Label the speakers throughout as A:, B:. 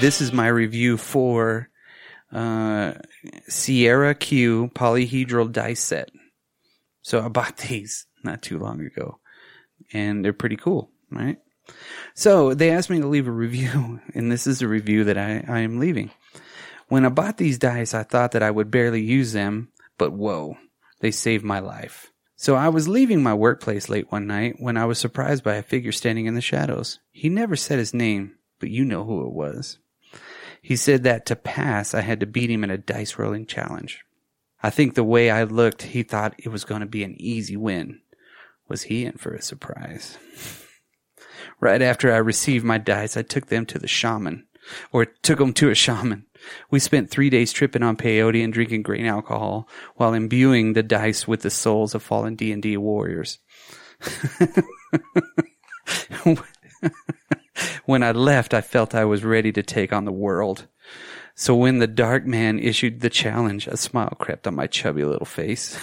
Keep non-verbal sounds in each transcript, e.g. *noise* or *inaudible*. A: This is my review for uh, Sierra Q polyhedral dice set. So I bought *laughs* these not too long ago, and they're pretty cool, right? So they asked me to leave a review, *laughs* and this is a review that I, I am leaving. When I bought these dice, I thought that I would barely use them, but whoa, they saved my life. So I was leaving my workplace late one night when I was surprised by a figure standing in the shadows. He never said his name, but you know who it was. He said that to pass, I had to beat him in a dice rolling challenge. I think the way I looked, he thought it was going to be an easy win. Was he in for a surprise? *laughs* right after I received my dice, I took them to the shaman, or took them to a shaman. We spent three days tripping on peyote and drinking grain alcohol while imbuing the dice with the souls of fallen D and D warriors. when I left, I felt I was ready to take on the world. So when the dark man issued the challenge, a smile crept on my chubby little face.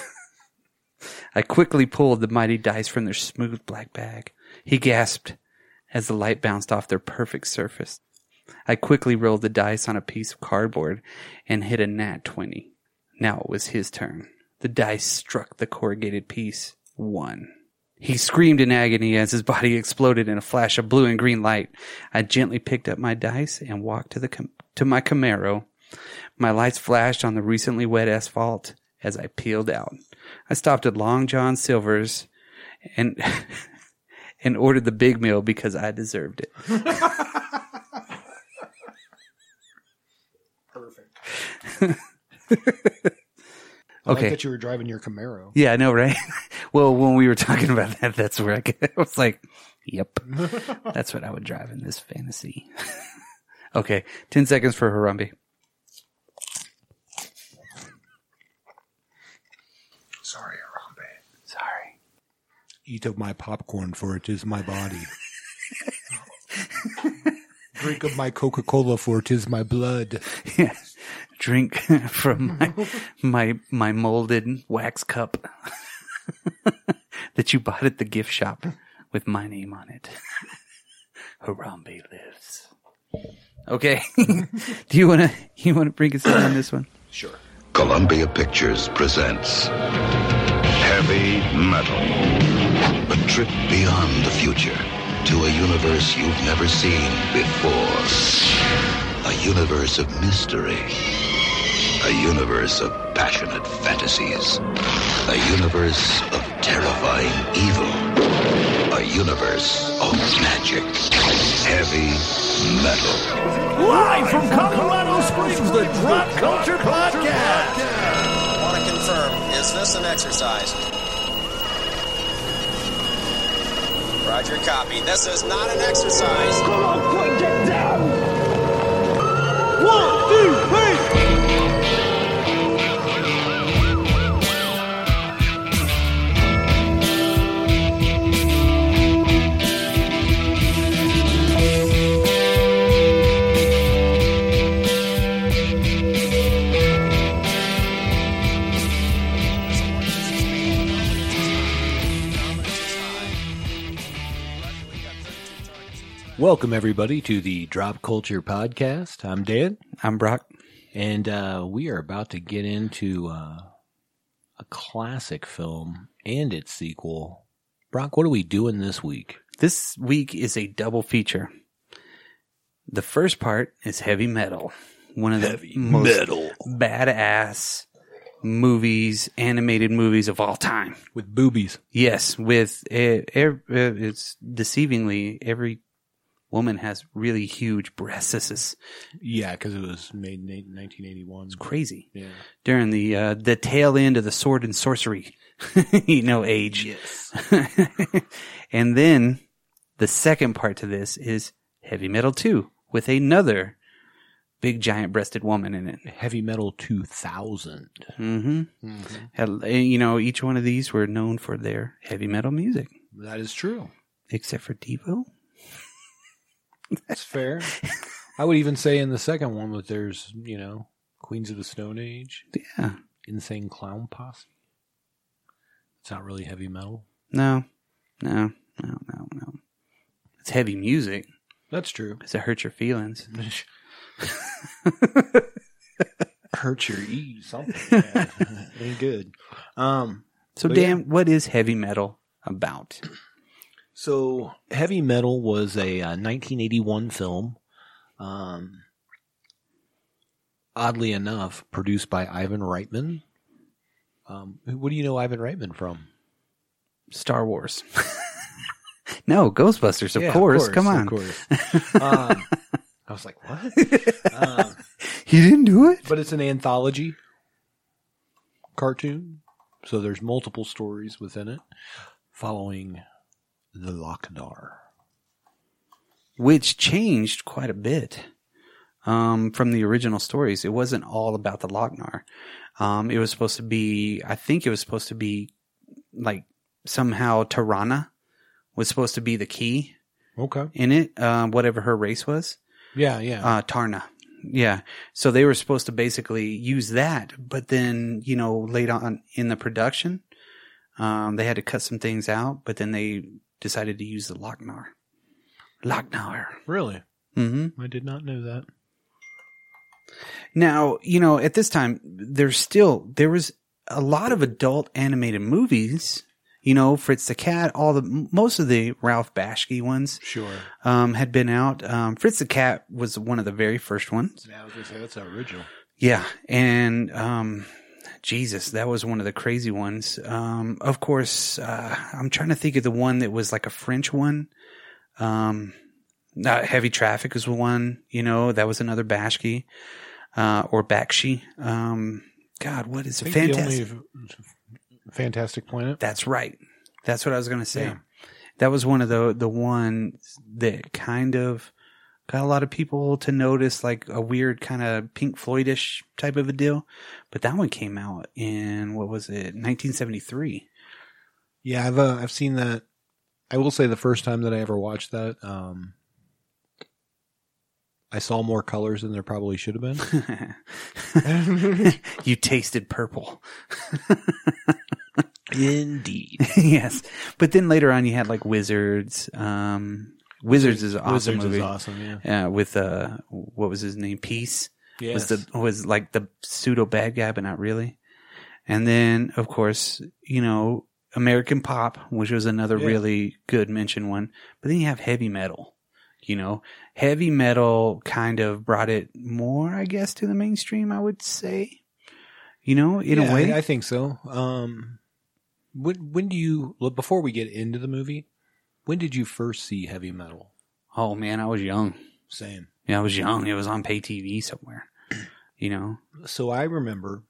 A: *laughs* I quickly pulled the mighty dice from their smooth black bag. He gasped as the light bounced off their perfect surface. I quickly rolled the dice on a piece of cardboard and hit a nat 20. Now it was his turn. The dice struck the corrugated piece. One. He screamed in agony as his body *laughs* exploded in a flash of blue and green light. I gently picked up my dice and walked to the com- to my Camaro. My lights flashed on the recently wet asphalt as I peeled out. I stopped at Long John Silver's and *laughs* and ordered the big meal because I deserved it.
B: Perfect. I like
A: Okay.
B: that you were driving your Camaro.
A: Yeah, I know, right? *laughs* well, when we were talking about that, that's where I, get- *laughs* I was like,
B: *laughs*
A: yep, that's what I would drive in this fantasy. *laughs* okay, 10 seconds for Harambe.
B: Sorry, Arambe.
A: Sorry.
C: Eat of my popcorn, for it is my body. Drink of my Coca Cola, for it is my blood.
A: Yeah. *laughs* Drink from my, my, my molded wax cup *laughs* that you bought at the gift shop with my name on it. *laughs* Harambe lives. Okay. *laughs* Do you want to, you want to bring us in on this one?
D: Columbia Pictures presents Heavy Metal. A trip beyond the future to a universe you've never seen before. A universe of mystery. A universe of passionate fantasies. A universe of terrifying evil. A universe of magic. Heavy Metal.
E: Live from Colorado Springs, the Drop Culture Podcast.
F: want to confirm, is this an exercise? Roger, copy. This is not an exercise.
E: Come on, quick, get down. One, two, three.
C: Welcome, everybody, to the Drop Culture Podcast. I'm Dan,
A: I'm Brock.
C: and uh, we are about to get into uh, a classic film and its sequel. Brock, what are we doing this week?
A: This week is a double feature. The first part is heavy metal, one of the most badass movies, animated movies of all time.
C: With boobies.
A: Yes, with eh, ev- eh, it's deceivingly every woman has really huge breasts. It's
C: Yeah, because it was made in 1981.
A: crazy
C: Yeah.
A: during the uh, the tail end of the sword and sorcery, *laughs* you know, age.
C: Yes.
A: *laughs* and then the second part to this is Heavy Metal 2 with another big giant breasted woman in it.
C: Heavy Metal 2000.
A: hmm eh, You know, each one of these were known for their heavy metal music,
C: That is true.
A: except for Devo.
C: That's fair. I would even say in the second one that there's, you know, Queens of the Stone Age,
A: Yeah.
C: Insane Clown Posse. It's not really heavy metal.
A: No, no, no, no, no. It's heavy music
C: That's true. *laughs*
A: because it hurts your feelings.
C: Hurt your E something.
B: Yeah, ain't good. Um,
A: So,
C: But
A: Dan, what is heavy metal about?
C: So, Heavy Metal was a uh, 1981 film. Um, oddly enough, produced by Ivan Reitman. Um, who- what do you know Ivan Reitman from?
A: Star Wars. *laughs* no, Ghostbusters, of,
C: Yeah,
A: course. Come
C: of
A: on.
C: *laughs* course. um, I was like, what? um,
A: He didn't do it?
C: but it's an anthology cartoon, so there's multiple stories within it, following the Lochnar.
A: Which changed quite a bit um, from the original stories. It wasn't all about the Lochnar. Um, it was supposed to be, I think it was supposed to be like somehow Tirana was supposed to be the key
C: Okay.
A: in it, um, whatever her race was.
C: Yeah, yeah.
A: uh, Tarna. Yeah. So they were supposed to basically use that, but then, you know, late on in the production, um, they had to cut some things out, but then they decided to use the Lochnar. Lochnar.
C: really?
A: hmm
C: I did not know that.
A: Now, you know, at this time, there's still, there was a lot of adult animated movies, you know, Fritz the Cat, all the, most of the Ralph Bashki ones,
C: Sure.
A: um, had been out. Um, Fritz the Cat was one of the very first ones.
C: Yeah, I was gonna say that's original.
A: Yeah, and um, Jesus, that was one of the crazy ones. Um, of course, uh, I'm trying to think of the one that was like a French one. Um, not heavy traffic was one, you know, that was another Bashki uh, or Bakshi. Um, God, what is
C: I
A: it?
C: think the
A: Fantastic.
C: only f- Fantastic Planet.
A: That's right. That's what I was going to say.
C: Yeah.
A: That was one of the the ones that kind of got a lot of people to notice, like a weird kind of Pink Floydish type of a deal. But that one came out in what was it, 1973?
C: Yeah, I've uh, I've seen that. I will say the first time that I ever watched that, um, I saw more colors than there probably should have been.
A: *laughs*
C: *laughs*
A: you tasted purple. *laughs*
C: Indeed.
A: yes, but then later on, you had like Wizards. Um, Wizards is an awesome
C: Wizards
A: movie.
C: is awesome, yeah.
A: Uh, with uh, what was his name? Peace.
C: Yes.
A: was the was like the pseudo bad guy, but not really. And then, of course, you know, American Pop, which was another
C: Yeah.
A: really good mention one. But then you have heavy metal. You know, heavy metal kind of brought it more, I guess, to the mainstream. I would say, you know, in
C: Yeah,
A: a way.
C: I, I think so. Um, when when do you look before we get into the movie? When did you first see heavy metal?
A: oh man, I was young.
C: Same.
A: Yeah, I was young. It was on pay TV somewhere. You know,
C: So I remember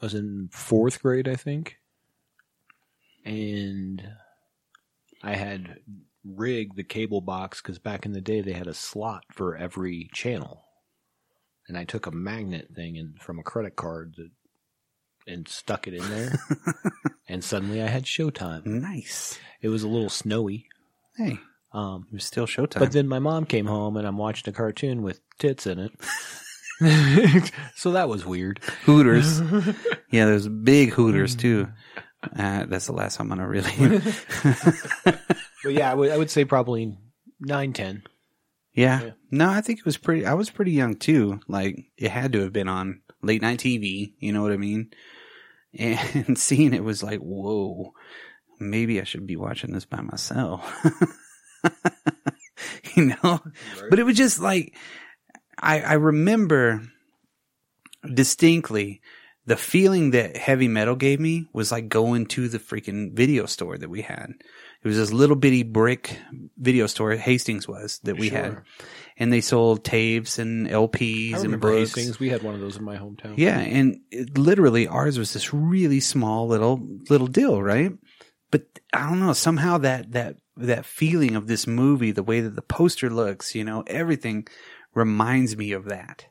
C: I was in fourth grade, I think, and I had rigged the cable box because back in the day they had a slot for every channel, and I took a magnet thing and from a credit card that, and stuck it in there, and suddenly I had Showtime.
A: nice.
C: It was a little snowy.
A: Hey, it
C: Um,
A: was still Showtime.
C: but then my mom came home and I'm watching a cartoon with tits in it. *laughs* so that was weird.
A: Hooters. yeah, there's big Hooters too. Uh, that's the last time I'm gonna really.
C: But yeah, I would, I would say probably nine, ten.
A: yeah. No, I think it was pretty. I was pretty young too. Like it had to have been on late night TV. You know what I mean? *laughs* And seeing it was like, whoa, maybe I should be watching this by myself. *laughs* you know, but it was just like I, I remember distinctly the feeling that heavy metal gave me was like going to the freaking video store that we had. It was this little bitty brick video store Hastings was that we had, and they sold tapes and LPs
C: I
A: and
C: remember those
A: books.
C: things. We had one of those in my hometown.
A: Yeah, and it, literally ours was this really small little little deal, right? But I don't know, somehow that that that feeling of this movie, the way that the poster looks, you know, everything reminds me of that.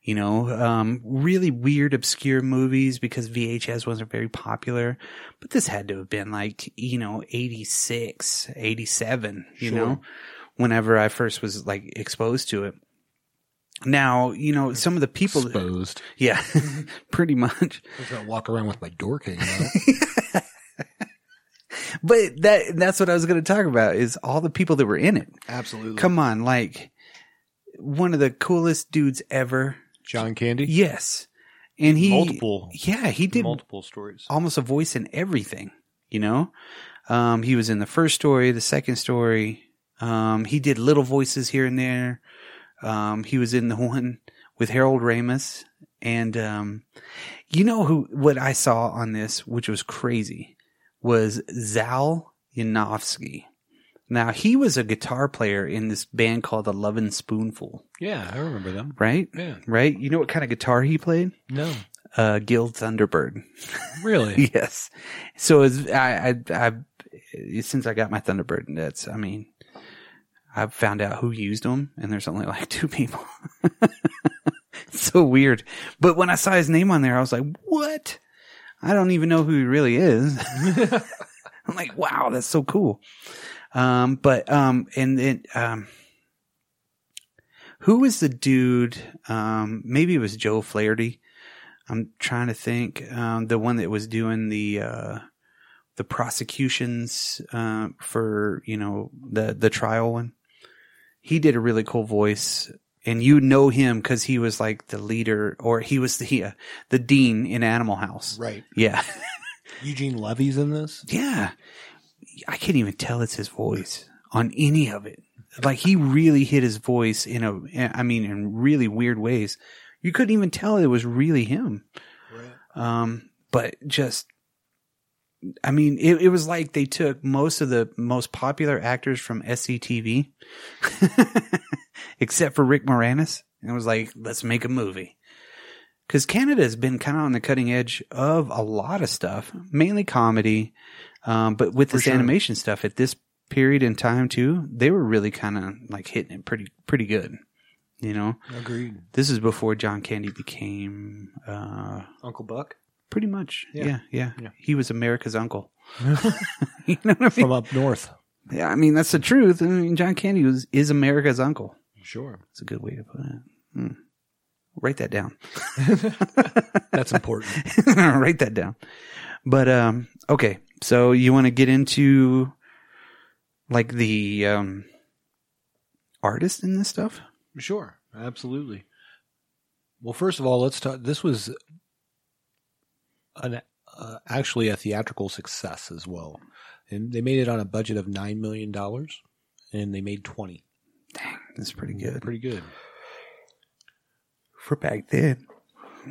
A: You know, um, really weird, obscure movies because VHS wasn't very popular. But this had to have been like, you know, 86, 87, you
C: Sure.
A: know, whenever I first was like exposed to it. Now, you know, some of the people. that-
C: Exposed.
A: yeah, *laughs* pretty much.
C: I was gonna walk around with my door came out.
A: But *laughs* But that that's what I was going to talk about is all the people that were in it.
B: Absolutely.
A: Come on, like one of the coolest dudes ever.
C: John Candy.
A: Yes. And he
C: Multiple.
A: Yeah, he did
C: multiple stories.
A: almost a voice in everything, you know? Um, he was in the first story, the second story. Um, he did little voices here and there. Um, he was in the one with Harold Ramis. And, um, you know who, what I saw on this, which was crazy, was Zal Yanofsky. Now, he was a guitar player in this band called the Lovin' Spoonful,
C: Yeah, I remember them.
A: right?
C: Yeah.
A: Right? You know what kind of guitar he played?
C: No,
A: Uh, Gil Thunderbird.
C: really.
A: *laughs* yes. So as I, I, I, since I got my Thunderbird, that's, I mean, I found out who used them, and there's only like *laughs* two people. so weird. But when I saw his name on there, I was like, what? I don't even know who he really is. I'm like, wow, that's so cool. Um, but, um, and then, um, who was the dude? Um, maybe it was Joe Flaherty. I'm trying to think. Um, the one that was doing the, uh, the prosecutions, uh, for, you know, the, the trial one. He did a really cool voice and you know him cause he was like the leader or he was the, uh, the dean in Animal House.
B: Right.
A: Yeah.
C: *laughs*
A: *laughs*
C: Eugene Levy's in this.
A: Yeah. I can't even tell it's his voice on any of it. Like he really hit his voice in a, I mean, in really weird ways. You couldn't even tell it was really him. Um, but just, I mean, it, it was like they took most of the most popular actors from SCTV, *laughs* except for Rick Moranis, and it was like, let's make a movie because Canada has been kind of on the cutting edge of a lot of stuff, mainly comedy, um, but with this animation stuff at this period in time too, they were really kind of like hitting it pretty pretty good. You know,
C: Agreed.
A: this is before John Candy became uh,
C: Uncle Buck
A: pretty much, yeah.
C: Yeah.
A: Yeah,
C: Yeah.
A: He was America's
C: *laughs*
A: uncle. *laughs* you know what I mean?
C: from up north.
A: Yeah, I mean that's the truth. I mean, John Candy was, is America's uncle.
C: Sure,
A: That's a good way to put it. Hmm. Write that down.
C: *laughs*
A: *laughs*
C: that's important.
A: write that down. But um, okay, so you want to get into like the um, artist in this stuff?
C: Sure, absolutely. Well, first of all, let's talk. This was an uh, actually a theatrical success as well, and they made it on a budget of nine million dollars, and they made twenty.
A: That's pretty good
C: Pretty good.
A: for back then,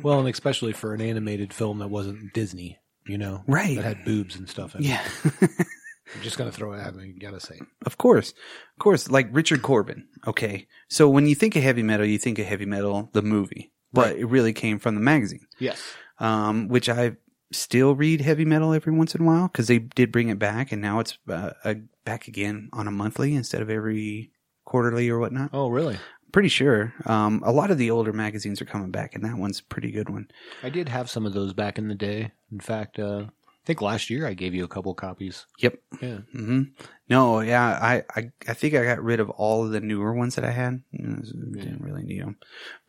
C: Well, and especially for an animated film that wasn't Disney, you know,
A: Right.
C: That had boobs and stuff. In
A: yeah. *laughs*
C: it. I'm just gonna throw it out there. You gotta say, it.
A: Of course. Of course. Like Richard Corbin. Okay. So when you think of heavy metal, you think of heavy metal, the movie, but it really came from the magazine,
B: Yes.
A: um, which I still read heavy metal every once in a while because they did bring it back and now it's uh, uh, back again on a monthly instead of every quarterly or whatnot.
C: "Oh, really?"
A: Pretty sure. Um, a lot of the older magazines are coming back and that one's a pretty good one.
C: I did have some of those back in the day. In fact, uh, I think last year I gave you a couple copies.
A: Yep.
C: Yeah.
A: hmm No, yeah, I, I, I think I got rid of all of the newer ones that I had. Mm, Didn't really need them.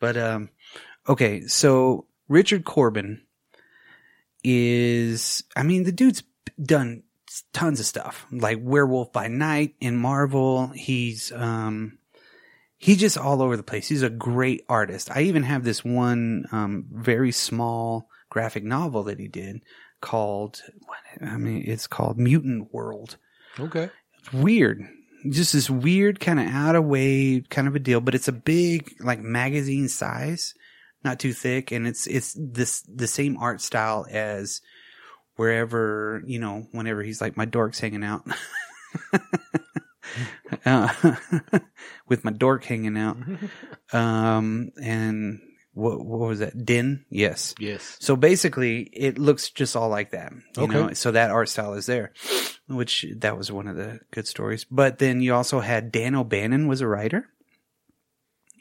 A: But, um, okay, so Richard Corbin is, I mean, the dude's done tons of stuff, like Werewolf by Night in Marvel. He's, um, he's just all over the place. He's a great artist. I even have this one, um, very small graphic novel that he did called, what, I mean, it's called Mutant World
C: Okay.
A: weird. Just this weird kind of out of way kind of a deal, but it's a big like magazine size, not too thick, and it's it's this the same art style as wherever you know whenever he's like my dork's hanging out, *laughs* uh, *laughs* with my dork hanging out, um, and what what was that din? Yes,
C: Yes.
A: so basically, it looks just all like that. You
C: Okay.
A: know? So that art style is there, which that was one of the good stories. But then you also had Dan O'Bannon was a writer,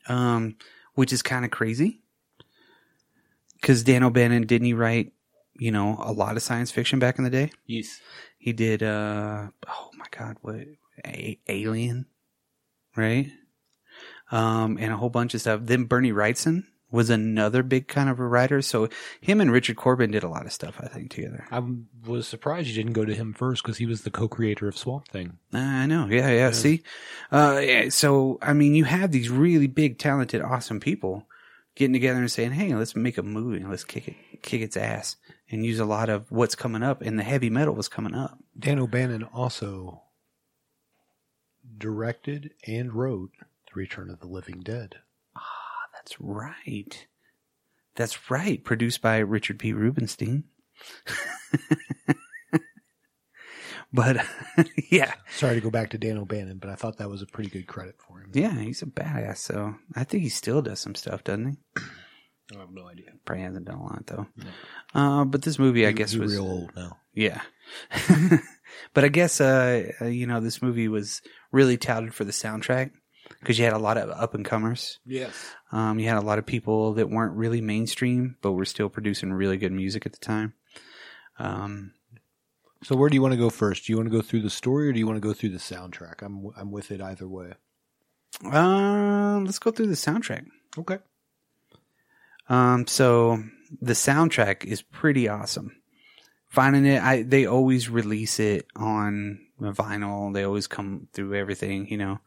A: um, which is kind of crazy because Dan O'Bannon didn't he write, you know, a lot of science fiction back in the day.
C: Yes.
A: He did, uh, oh my God, what a- Alien, right? Um, and a whole bunch of stuff. Then Bernie Wrightson was another big kind of a writer. So him and Richard Corbin did a lot of stuff, I think, together.
C: I was surprised you didn't go to him first because he was the co-creator of Swamp Thing.
A: I know. Yeah, yeah. See, uh, yeah, so I mean, you have these really big, talented, awesome people getting together and saying, "Hey, let's make a movie. and Let's kick it, kick its ass, and use a lot of what's coming up." And the heavy metal was coming up.
C: Dan O'Bannon also directed and wrote The Return of the Living Dead.
A: That's right. That's right. Produced by Richard P. Rubenstein. *laughs* but *laughs* yeah,
C: Sorry to go back to Dan O'Bannon, but I thought that was a pretty good credit for him.
A: yeah, he's a badass. So I think he still does some stuff, doesn't he?
C: I have no idea.
A: Probably hasn't done a lot though. Uh, but this movie, I guess,
C: He's
A: was
C: real old now.
A: Yeah. *laughs* but I guess, uh, uh, you know, this movie was really touted for the soundtrack because you had a lot of up and comers.
C: Yes.
A: Um, you had a lot of people that weren't really mainstream, but were still producing really good music at the time. Um,
C: So where do you want to go first? Do you want to go through the story or do you want to go through the soundtrack? I'm I'm with it either way.
A: uh, let's go through the soundtrack.
C: Okay.
A: Um, so the soundtrack is pretty awesome. Finding it, I they always release it on vinyl. They always come through everything, you know.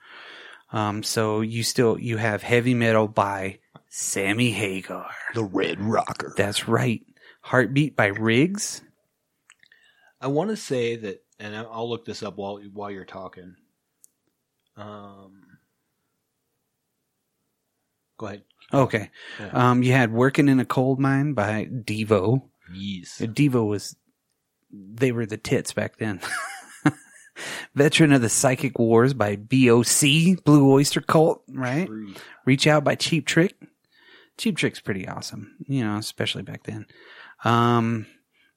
A: Um, so you still you have heavy metal by Sammy Hagar.
C: The Red Rocker.
A: That's right. Heartbeat by Riggs.
C: I want to say that, and I- I'll look this up while while you're talking. Um, go ahead.
A: Okay. Um, you had Working in a Cold Mine by Devo.
C: Yes.
A: Devo was they were the tits back then. *laughs* Veteran of the Psychic Wars by BOC, Blue Oyster Cult, right? Reach Out by Cheap Trick. Cheap Trick's pretty awesome, you know, especially back then. Um,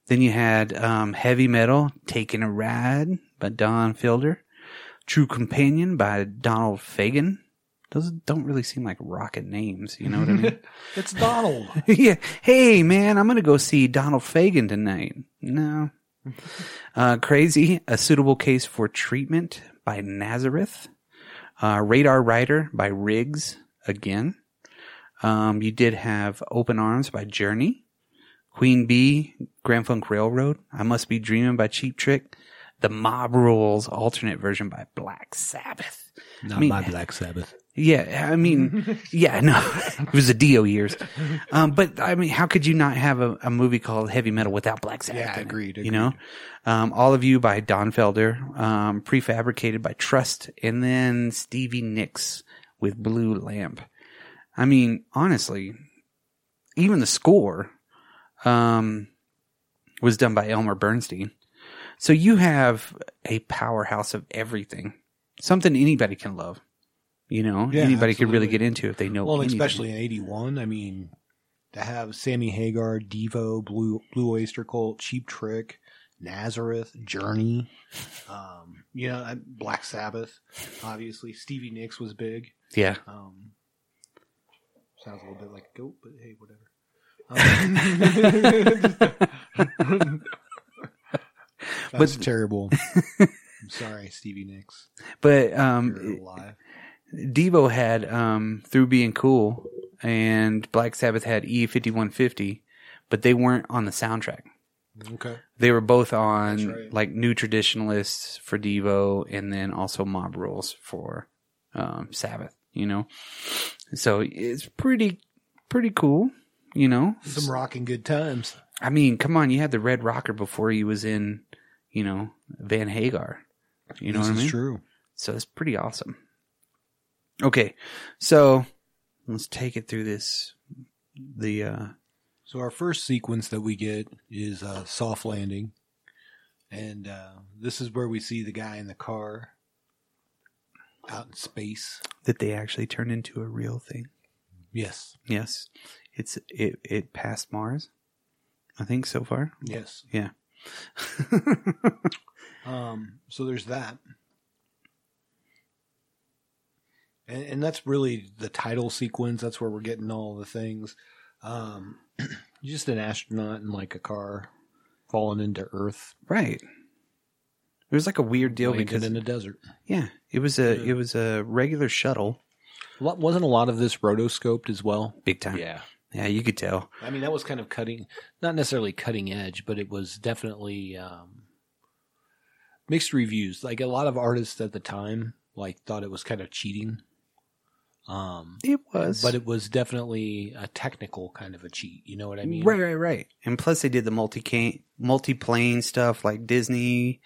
A: then you had um, Heavy Metal, Taking a Ride by Don Fielder. True Companion by Donald Fagen. Those don't really seem like rocket names, you know what I mean?
C: It's Donald.
A: *laughs* yeah. Hey, man, I'm going to go see Donald Fagen tonight. No. Uh, crazy. A suitable case for treatment by Nazareth. Uh, Radar Rider by Riggs again. Um, you did have Open Arms by Journey. Queen Bee, Grand Funk Railroad. I Must Be Dreaming by Cheap Trick. The Mob Rules alternate version by Black Sabbath.
C: *laughs* Not
A: mean-
C: my Black Sabbath.
A: Yeah, I mean, yeah, no, *laughs* it was the Dio years. Um, but I mean, how could you not have a, a movie called Heavy Metal without Black Sabbath?
C: Yeah,
A: in it,
C: agreed,
A: You know, um, All of You by Don Felder, um, prefabricated by Trust, and then Stevie Nicks with Blue Lamp. I mean, honestly, even the score um, was done by Elmer Bernstein. So you have a powerhouse of everything, something anybody can love. You know,
C: Yeah,
A: anybody could really
C: absolutely.
A: get into if they know.
C: Well, and
A: anything.
C: especially in '81. I mean, to have Sammy Hagar, Devo, Blue Blue Oyster Cult, Cheap Trick, Nazareth, Journey, um, you know, and Black Sabbath. Obviously, Stevie Nicks was big.
A: yeah.
C: Um, sounds a little bit like a goat, but hey, whatever. *laughs* Um, That's
A: But-
C: terrible. I'm sorry, Stevie Nicks.
A: But
C: You're
A: um,
C: alive.
A: Devo had um, through being cool, and Black Sabbath had E fifty one fifty, but they weren't on the soundtrack.
C: Okay.
A: They were both on
C: That's right.
A: like New Traditionalists for Devo, and then also Mob Rules for um, Sabbath. You know, so it's pretty pretty cool. You know,
C: Some rocking good times.
A: I mean, come on, you had the Red Rocker before he was in, you know, Van Hagar. You know
C: this
A: what I
C: is
A: mean?
C: true.
A: So it's pretty awesome. Okay, so let's take it through this. The uh
C: So our first sequence that we get is uh, soft landing, and uh, this is where we see the guy in the car out in space.
A: that they actually turned into a real thing.
C: Yes,
A: Yes, it's it it passed Mars. I think so far. *laughs*
C: yes.
A: Yeah.
C: Um, so there's that, and, and that's really the title sequence. That's where we're getting all the things. Um, *clears throat* just an astronaut in like a car falling into Earth,
A: right. It was like a weird deal
C: landed
A: because
C: in the desert.
A: yeah, it was a it was a regular shuttle,
C: Lo- Wasn't a lot of this rotoscoped as well?
A: big time.
C: Yeah.
A: Yeah, you could tell.
C: I mean, that was kind of cutting, not necessarily cutting edge, but it was definitely um, mixed reviews. Like a lot of artists at the time, like thought it was kind of cheating. Um,
A: It was.
C: but it was definitely a technical kind of a cheat. You know what I mean?
A: Right, right, right. And plus, they did the multi multi plane stuff like Disney.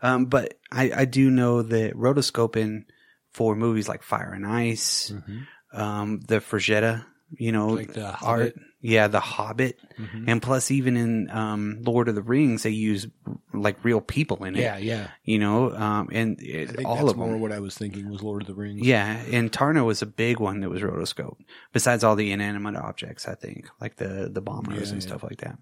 A: Um, but I, I do know that rotoscoping for movies like Fire and Ice,
C: Mhm.
A: um, the Frigetta, you know,
C: Like the Hobbit.
A: yeah, the Hobbit,
C: Mhm.
A: and plus even in um, Lord of the Rings, they use like real people in it.
C: Yeah, yeah.
A: you know, um, and
C: I
A: it,
C: think
A: all
C: that's
A: of
C: more
A: them.
C: what I was thinking was Lord of the Rings.
A: Yeah, and Tarna was a big one that was rotoscoped. Besides all the inanimate objects, I think, like the the bombers
C: Yeah,
A: and
C: yeah.
A: stuff like that.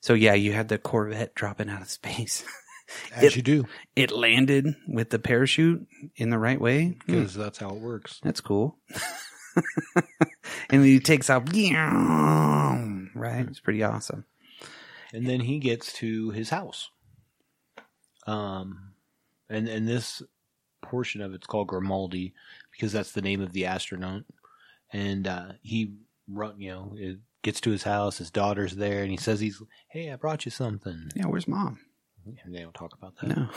A: So yeah, you had the Corvette dropping out of space. *laughs*
C: as
A: It-
C: you do,
A: It landed with the parachute in the right way. Hmm,
C: because that's how it works.
A: that's cool. *laughs* and he takes off. *laughs* Right, it's pretty awesome.
C: and then he gets to his house. Um, and and this portion of it's called Grimaldi because that's the name of the astronaut. And uh, he run, you know, it gets to his house. His daughter's there, and he says, "He's hey, I brought you something."
A: Yeah, where's mom?
C: And they don't talk about that.
A: No,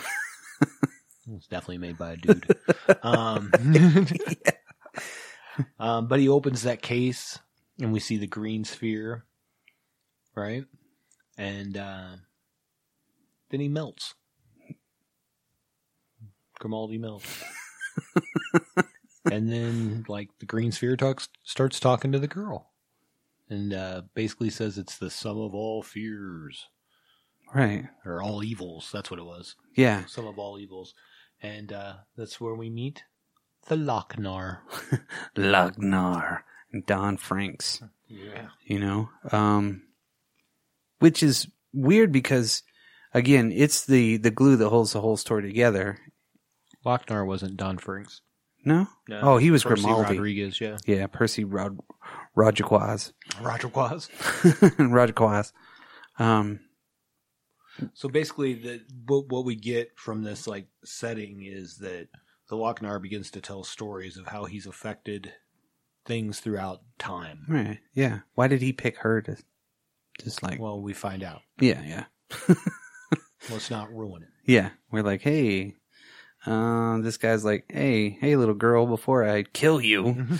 C: It's definitely made by a dude. um, um, but he opens that case, and we see the green sphere, right? And uh, then he melts. Grimaldi melts. and then, like, the green sphere talks, starts talking to the girl. And uh, basically says it's the sum of all fears
A: right?
C: or all evils. That's what it was
A: Yeah,
C: some of all evils. And uh, that's where we meet the Lochnar.
A: Lagnar and Don Franks.
C: Yeah.
A: you know um which is weird because again it's the the glue that holds the whole story together
C: Lochnar wasn't Don Franks.
A: no, oh he was
C: Uh, Percy
A: grimaldi
C: Rodriguez, yeah.
A: yeah percy Rod- roger *laughs* quaz
C: Roger Quaz.
A: roger quaz um
C: So basically, the, what, what we get from this like setting is that the Lochnar begins to tell stories of how he's affected things throughout time.
A: right yeah why did he pick her to just like
C: Well, we find out.
A: yeah yeah
C: Let's not ruin it.
A: yeah we're like hey uh, this guy's like, hey, hey, little girl, before I kill
C: Mm-hmm.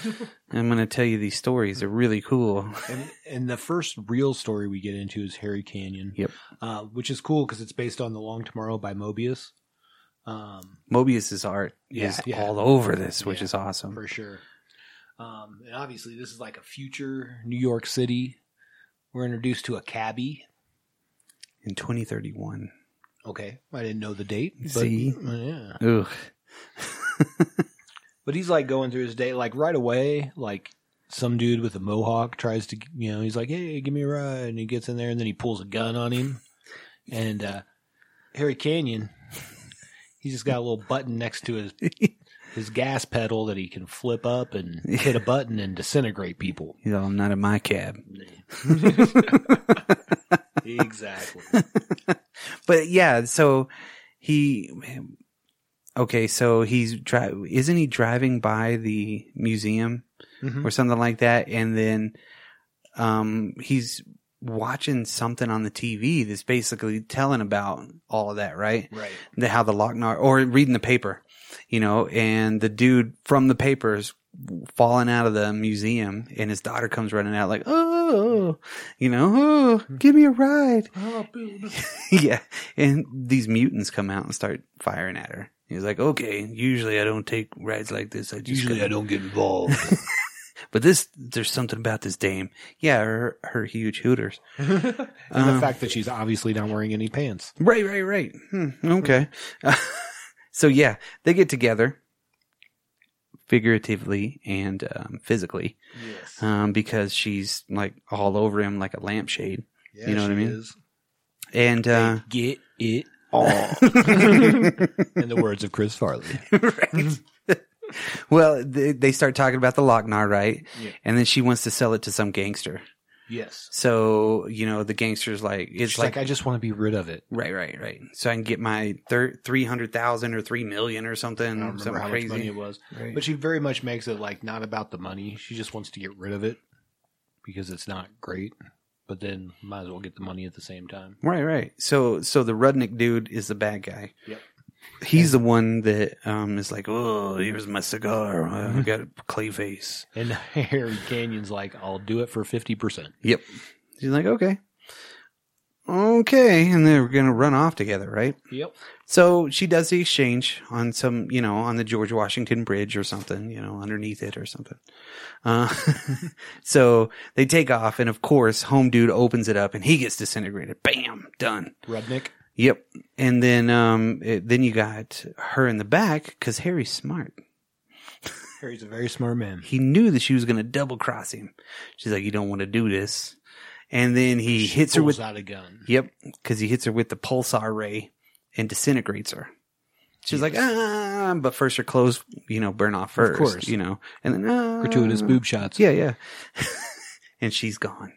A: you, I'm going to tell you these stories. They're really cool.
C: and, and the first real story we get into is Harry Canyon.
A: Yep.
C: Uh, which is cool because it's based on The Long Tomorrow by Mobius. Um,
A: Mobius's art
C: Yeah,
A: is
C: yeah.
A: all over this, which
C: Yeah.
A: is awesome.
C: for sure. Um, and obviously, this is like a future New York City. We're introduced to a cabbie.
A: in 2031.
C: Okay, I didn't know the date. But,
A: See?
C: yeah.
A: Ugh.
C: But he's like going through his day, like right away. Like some dude with a mohawk tries to, you know, he's like, "Hey, give me a ride," and he gets in there, and then he pulls a gun on him. And uh, Harry Canyon, he's just got a little button next to
A: *laughs*
C: his his gas pedal that he can flip up and hit a button and disintegrate people.
A: You know, I'm not in my
C: *laughs*
A: cab.
C: *laughs* exactly.
A: But yeah, so he. Okay, so he's dri- isn't he driving by the museum
C: Mhm.
A: or something like that, and then um, he's watching something on the TV that's basically telling about all of that, right?
C: Right.
A: the, how the Lochnar or reading the paper, you know, and the dude from the paper is falling out of the museum and his daughter comes running out like, Oh, you know,
C: Mm-hmm.
A: oh, give me a ride. *laughs* yeah. And these mutants come out and start firing at her. He's like, okay, usually I don't take rides like this. I just
C: Usually
A: kinda-
C: I don't get involved.
A: but this, there's something about this dame. Yeah. Her, her huge hooters.
C: *laughs* and
A: Um,
C: the fact that she's obviously not wearing any pants.
A: Right, right, right. Hmm, okay. *laughs* so yeah, they get together figuratively and um, physically
C: Yes.
A: um, because she's like all over him like a lampshade. you know what I mean? And uh,
C: Get
A: *laughs*
C: it. In the words of Chris Farley.
A: *laughs* well, they, they start talking about the Lochnar, right?
C: Yeah.
A: And then she wants to sell it to some gangster.
C: *laughs* Yes.
A: So you know the gangster's like it's
C: She's like,
A: like,
C: I just want to be rid of it.
A: right, right, right. So I can get my thir- three hundred thousand or three million or
C: I don't
A: something, Mm,
C: remember
A: something
C: how much money
A: crazy.
C: it was.
A: Right.
C: But she very much makes it like not about the money. She just wants to get rid of it. because it's not great, but then might as well get the money at the same time.
A: Right, right. So, so the Rudnick dude is the bad guy.
C: Yep.
A: He's the one that um, is like, oh, here's my cigar. I got a clay face.
C: And *laughs* Harry Canyon's like, I'll do it for 50%.
A: Yep. He's like, okay, okay, and they're gonna run off together, right?
C: Yep.
A: So she does the exchange on some, you know, on the George Washington Bridge or something, you know, underneath it or something. Uh, *laughs* so they take off, and of course, Home Dude opens it up, and he gets disintegrated. Bam, done.
C: Rudnick.
A: Yep. And then, um, it, then you got her in the back because Harry's smart.
C: Harry's a very smart man.
A: He knew that she was gonna double cross him. She's like, "You don't want to do this," and then he hits her
C: Pulls
A: with
C: out a gun.
A: Yep, because he hits her with the pulsar ray and disintegrates her. She's like, ah, but first her clothes, you know, burn off first,
C: course.
A: you know, and then ah,
C: Gratuitous boob shots.
A: Yeah, yeah, *laughs* and she's
C: *laughs*
A: gone.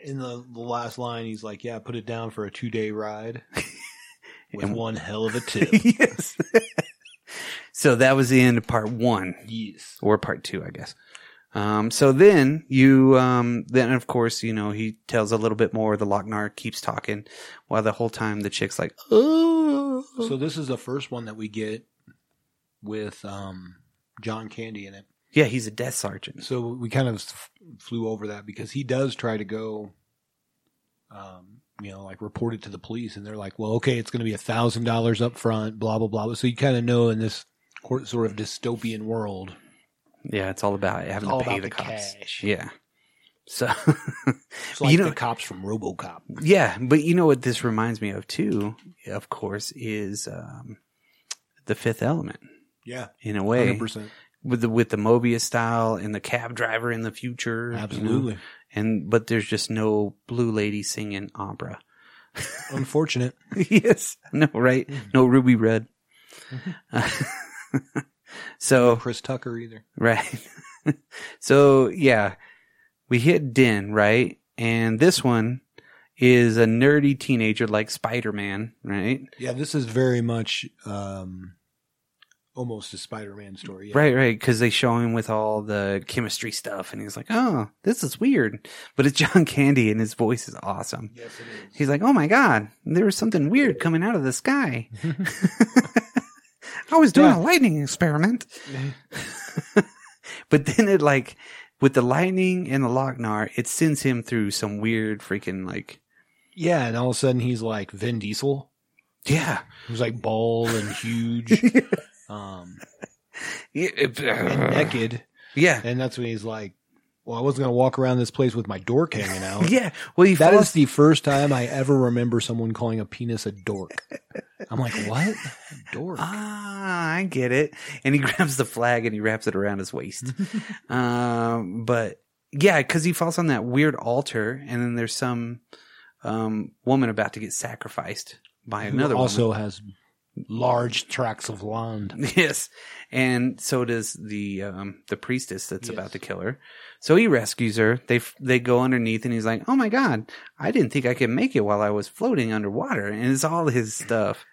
C: In the, the last line, he's like, Yeah, put it down for a two
A: *laughs*
C: day ride with
A: And-
C: one
A: *laughs*
C: hell of a tip.
A: yes. so that was the end of part one.
C: yes.
A: or part two, I guess. Um, so then you, um, then of course, you know, he tells a little bit more. The Lochnar keeps talking while the whole time the chick's like, oh,
C: So this is the first one that we get with um, John Candy in it.
A: yeah, he's a death sergeant.
C: So we kind of f- flew over that because he does try to go, um, you know, like report it to the police, and they're like, "Well, okay, it's going to be a thousand dollars up front, blah blah blah." So you kind of know in this cor- sort of dystopian world,
A: Yeah, it's all about having
C: all
A: to pay
C: about
A: the,
C: the
A: cops.
C: cash.
A: Yeah. So, *laughs*
C: it's like
A: You know-
C: the cops from RoboCop.
A: yeah, but you know what this reminds me of too, of course, is, um, the fifth element
C: Yeah,
A: in a way
C: hundred percent,
A: with the, with the Mobius style and the cab driver in the future. you know?
C: absolutely.
A: and but there's just no blue lady singing opera.
C: Unfortunate.
A: *laughs* yes, no, right? No ruby red. *laughs* so
C: Chris Tucker either.
A: right, *laughs* so yeah, we hit Den right, and this one is a nerdy teenager like Spider Man, right?
C: Yeah, this is very much um, almost a Spider-Man story. Yeah.
A: Right, right, because they show him with all the chemistry stuff, and he's like, "Oh, this is weird," but it's John Candy, and his voice is awesome.
C: Yes, it is.
A: He's like, "Oh my god, there was something weird coming out of the sky." *laughs* I was doing a lightning experiment, but then it like with the lightning and the Lochnar, it sends him through some weird freaking like
C: *laughs* Yeah, and all of a sudden he's like Vin Diesel.
A: yeah.
C: He's like bald and
A: *laughs*
C: huge, um,
A: It-
C: and
A: it-
C: naked.
A: yeah,
C: And that's when he's like, "Well, I wasn't gonna walk around this place with my dork hanging
A: *laughs*
C: out."
A: yeah. Well, he
C: That
A: falls.
C: is the first time I ever remember someone calling a penis a dork. I'm like, "What? Dork?"
A: ah, I get it. And he *laughs* grabs the flag and he wraps it around his
C: *laughs*
A: waist. um, but yeah, because he falls on that weird altar, and then there's some um, woman about to get sacrificed by
C: Who
A: another. woman.
C: also has large tracts of land.
A: Yes, and so does the um, the priestess that's
C: Yes.
A: about to kill her. So he rescues her. They f- they go underneath, and he's like, "Oh my god, I didn't think I could make it while I was floating underwater." And it's all his stuff,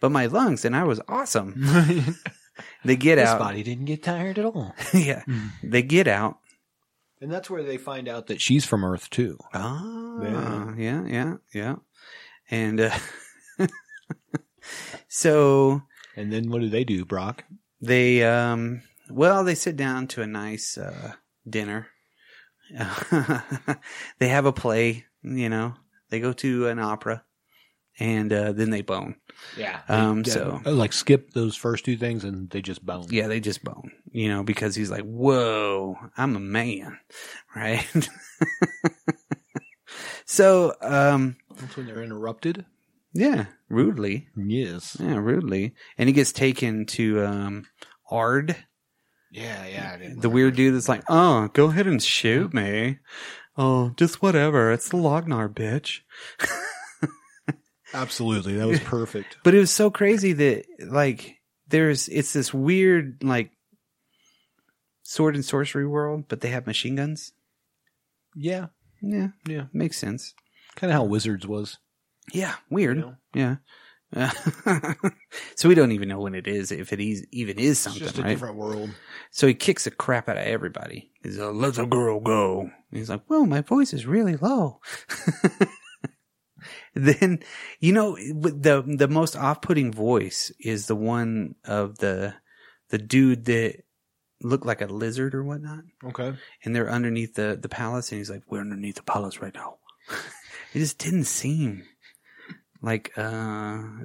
A: but my lungs, and I was awesome.
C: His
A: They *laughs* get out.
C: body Mm-hmm. didn't get tired at all.
A: *laughs* yeah, they get out.
C: And that's where they find out that she's from Earth too.
A: Ah, yeah,
C: Yeah.
A: yeah, yeah, and uh, *laughs* so
C: And then what do they do, Brock?
A: they um well they sit down to a nice uh dinner *laughs* they have a play you know they go to an opera and uh then they bone
C: Yeah.
A: Um, so-
C: Oh, like skip those first two things and they just bone.
A: yeah they just bone you know because he's like whoa i'm a man right *laughs* so um
C: That's when they're interrupted.
A: yeah rudely
C: Yes.
A: yeah rudely and he gets taken to um ard
C: Yeah, yeah.
A: the weird dude that's like, "Oh, go ahead and shoot me." Oh, just whatever. It's the Lognar bitch.
C: Absolutely. That was perfect.
A: But it was so crazy that like there's it's this weird like sword and sorcery world, but they have machine guns.
C: *laughs* yeah.
A: Yeah,
C: Yeah.
A: makes sense.
C: Kind of how Wizards was.
A: Yeah, weird.
C: You know?
A: Yeah, *laughs* so we don't even know when it is, if it is, even is
B: It's
A: something,
B: just a
A: right?
B: different world.
A: So he kicks the crap out of everybody. He's like, let the girl go. And he's like, whoa, my voice is really low. *laughs* then, you know, with the, the most off-putting voice is the one of the, the dude that looked like a lizard or whatnot.
B: Okay.
A: And they're underneath the, the palace and he's like, we're underneath the palace right now. *laughs* it just didn't seem like, uh, *laughs*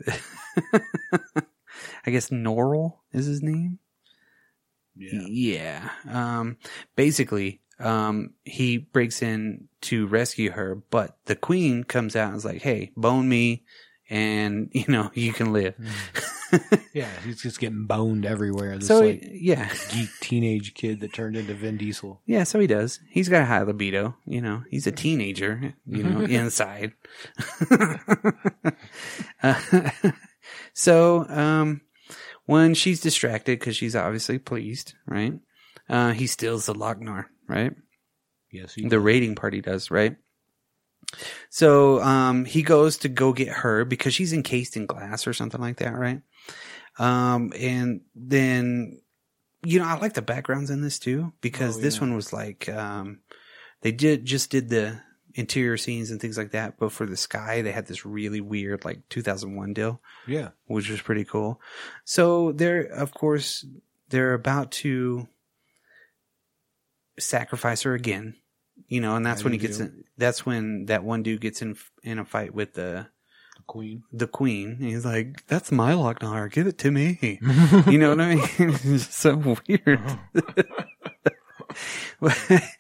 A: I guess Norrell is his name.
B: Yeah.
A: Yeah. Um, basically, um, he breaks in to rescue her, but the queen comes out and is like, hey, bone me and, *laughs* you know, you can live.
C: *laughs* Yeah, he's just getting boned everywhere. This
A: Mm. so,
C: like
A: yeah. *laughs*
C: geek teenage kid that turned into Vin Diesel.
A: Yeah, so he does. He's got a high libido. You know, he's a teenager, you know, inside. *laughs* Uh, so, um, when she's distracted because she's obviously pleased, right? Uh, he steals the Lochnar, right?
C: Yes, he
A: the raiding party does, right? So um, he goes to go get her because she's encased in glass or something like that, right? Um, and then, you know, I like the backgrounds in this too because
B: Oh,
A: this
B: yeah.
A: one was like um, they did just did the interior scenes and things like that, but for the sky they had this really weird like 2001 deal,
B: Yeah.
A: which was pretty cool. So they're of course they're about to sacrifice her again, you know, and that's
B: How
A: when he
B: you
A: gets
B: do.
A: in, that's when that one dude gets in in a fight with the
B: The
A: *laughs*
B: queen.
A: the queen. And he's like, "That's my Lochnar, give it to me." you know what I mean? *laughs* it's so weird.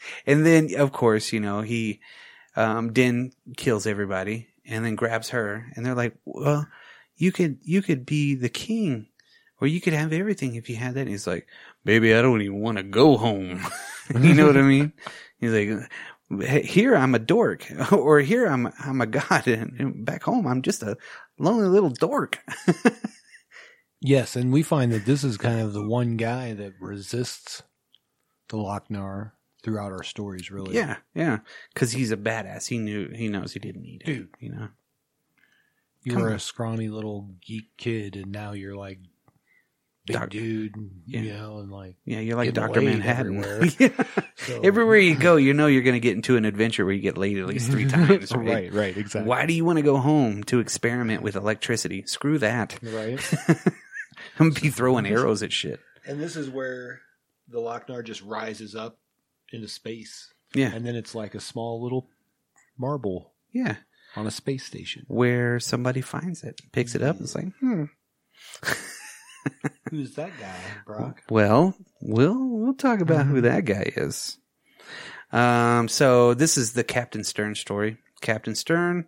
A: *laughs* and then, of course, you know he um, Din kills everybody and then grabs her, and they're like, "Well, you could you could be the king." Or you could have everything if you had that. And he's like, baby, I don't even want to go home. *laughs* you
C: *laughs*
A: know what I mean? He's like, here I'm a dork, *laughs* or here I'm I'm a god, and, and back home I'm just a lonely little dork.
C: Yes, and we find that this is kind of the one guy that resists the Lochnar throughout our stories, really.
A: yeah, yeah, because he's a badass. He knew he knows he didn't need it.
C: Dude.
A: You know,
C: You
A: Come
C: were
A: on.
C: a scrawny little geek kid, and now you're like big
A: Doc-
C: dude, and,
A: Yeah.
C: you know, and like
A: yeah, you're like
C: Getting
A: Doctor
C: laid
A: Manhattan.
C: everywhere.
A: *laughs*
C: Oh.
A: Yeah.
C: *laughs* so-
A: Everywhere you go, you know you're going to get into an adventure where you get laid at least
C: *laughs*
A: three times. Right?
C: right, right, exactly.
A: Why do you want to go home to experiment with electricity? Screw that. *laughs*
B: Right.
A: I'm be throwing arrows at shit.
B: and this is where the Lochnar just rises up into space.
A: Yeah,
C: And then it's like a small little marble
A: yeah.
C: on a
A: *laughs*
C: space station.
A: Where somebody finds it, picks it up,
C: Mm-hmm.
A: and it's like, hmm.
B: Who's that guy, Brock?
A: Well, we'll we'll talk about who that guy is. Um, so this is the Captain Stern story. Captain Stern,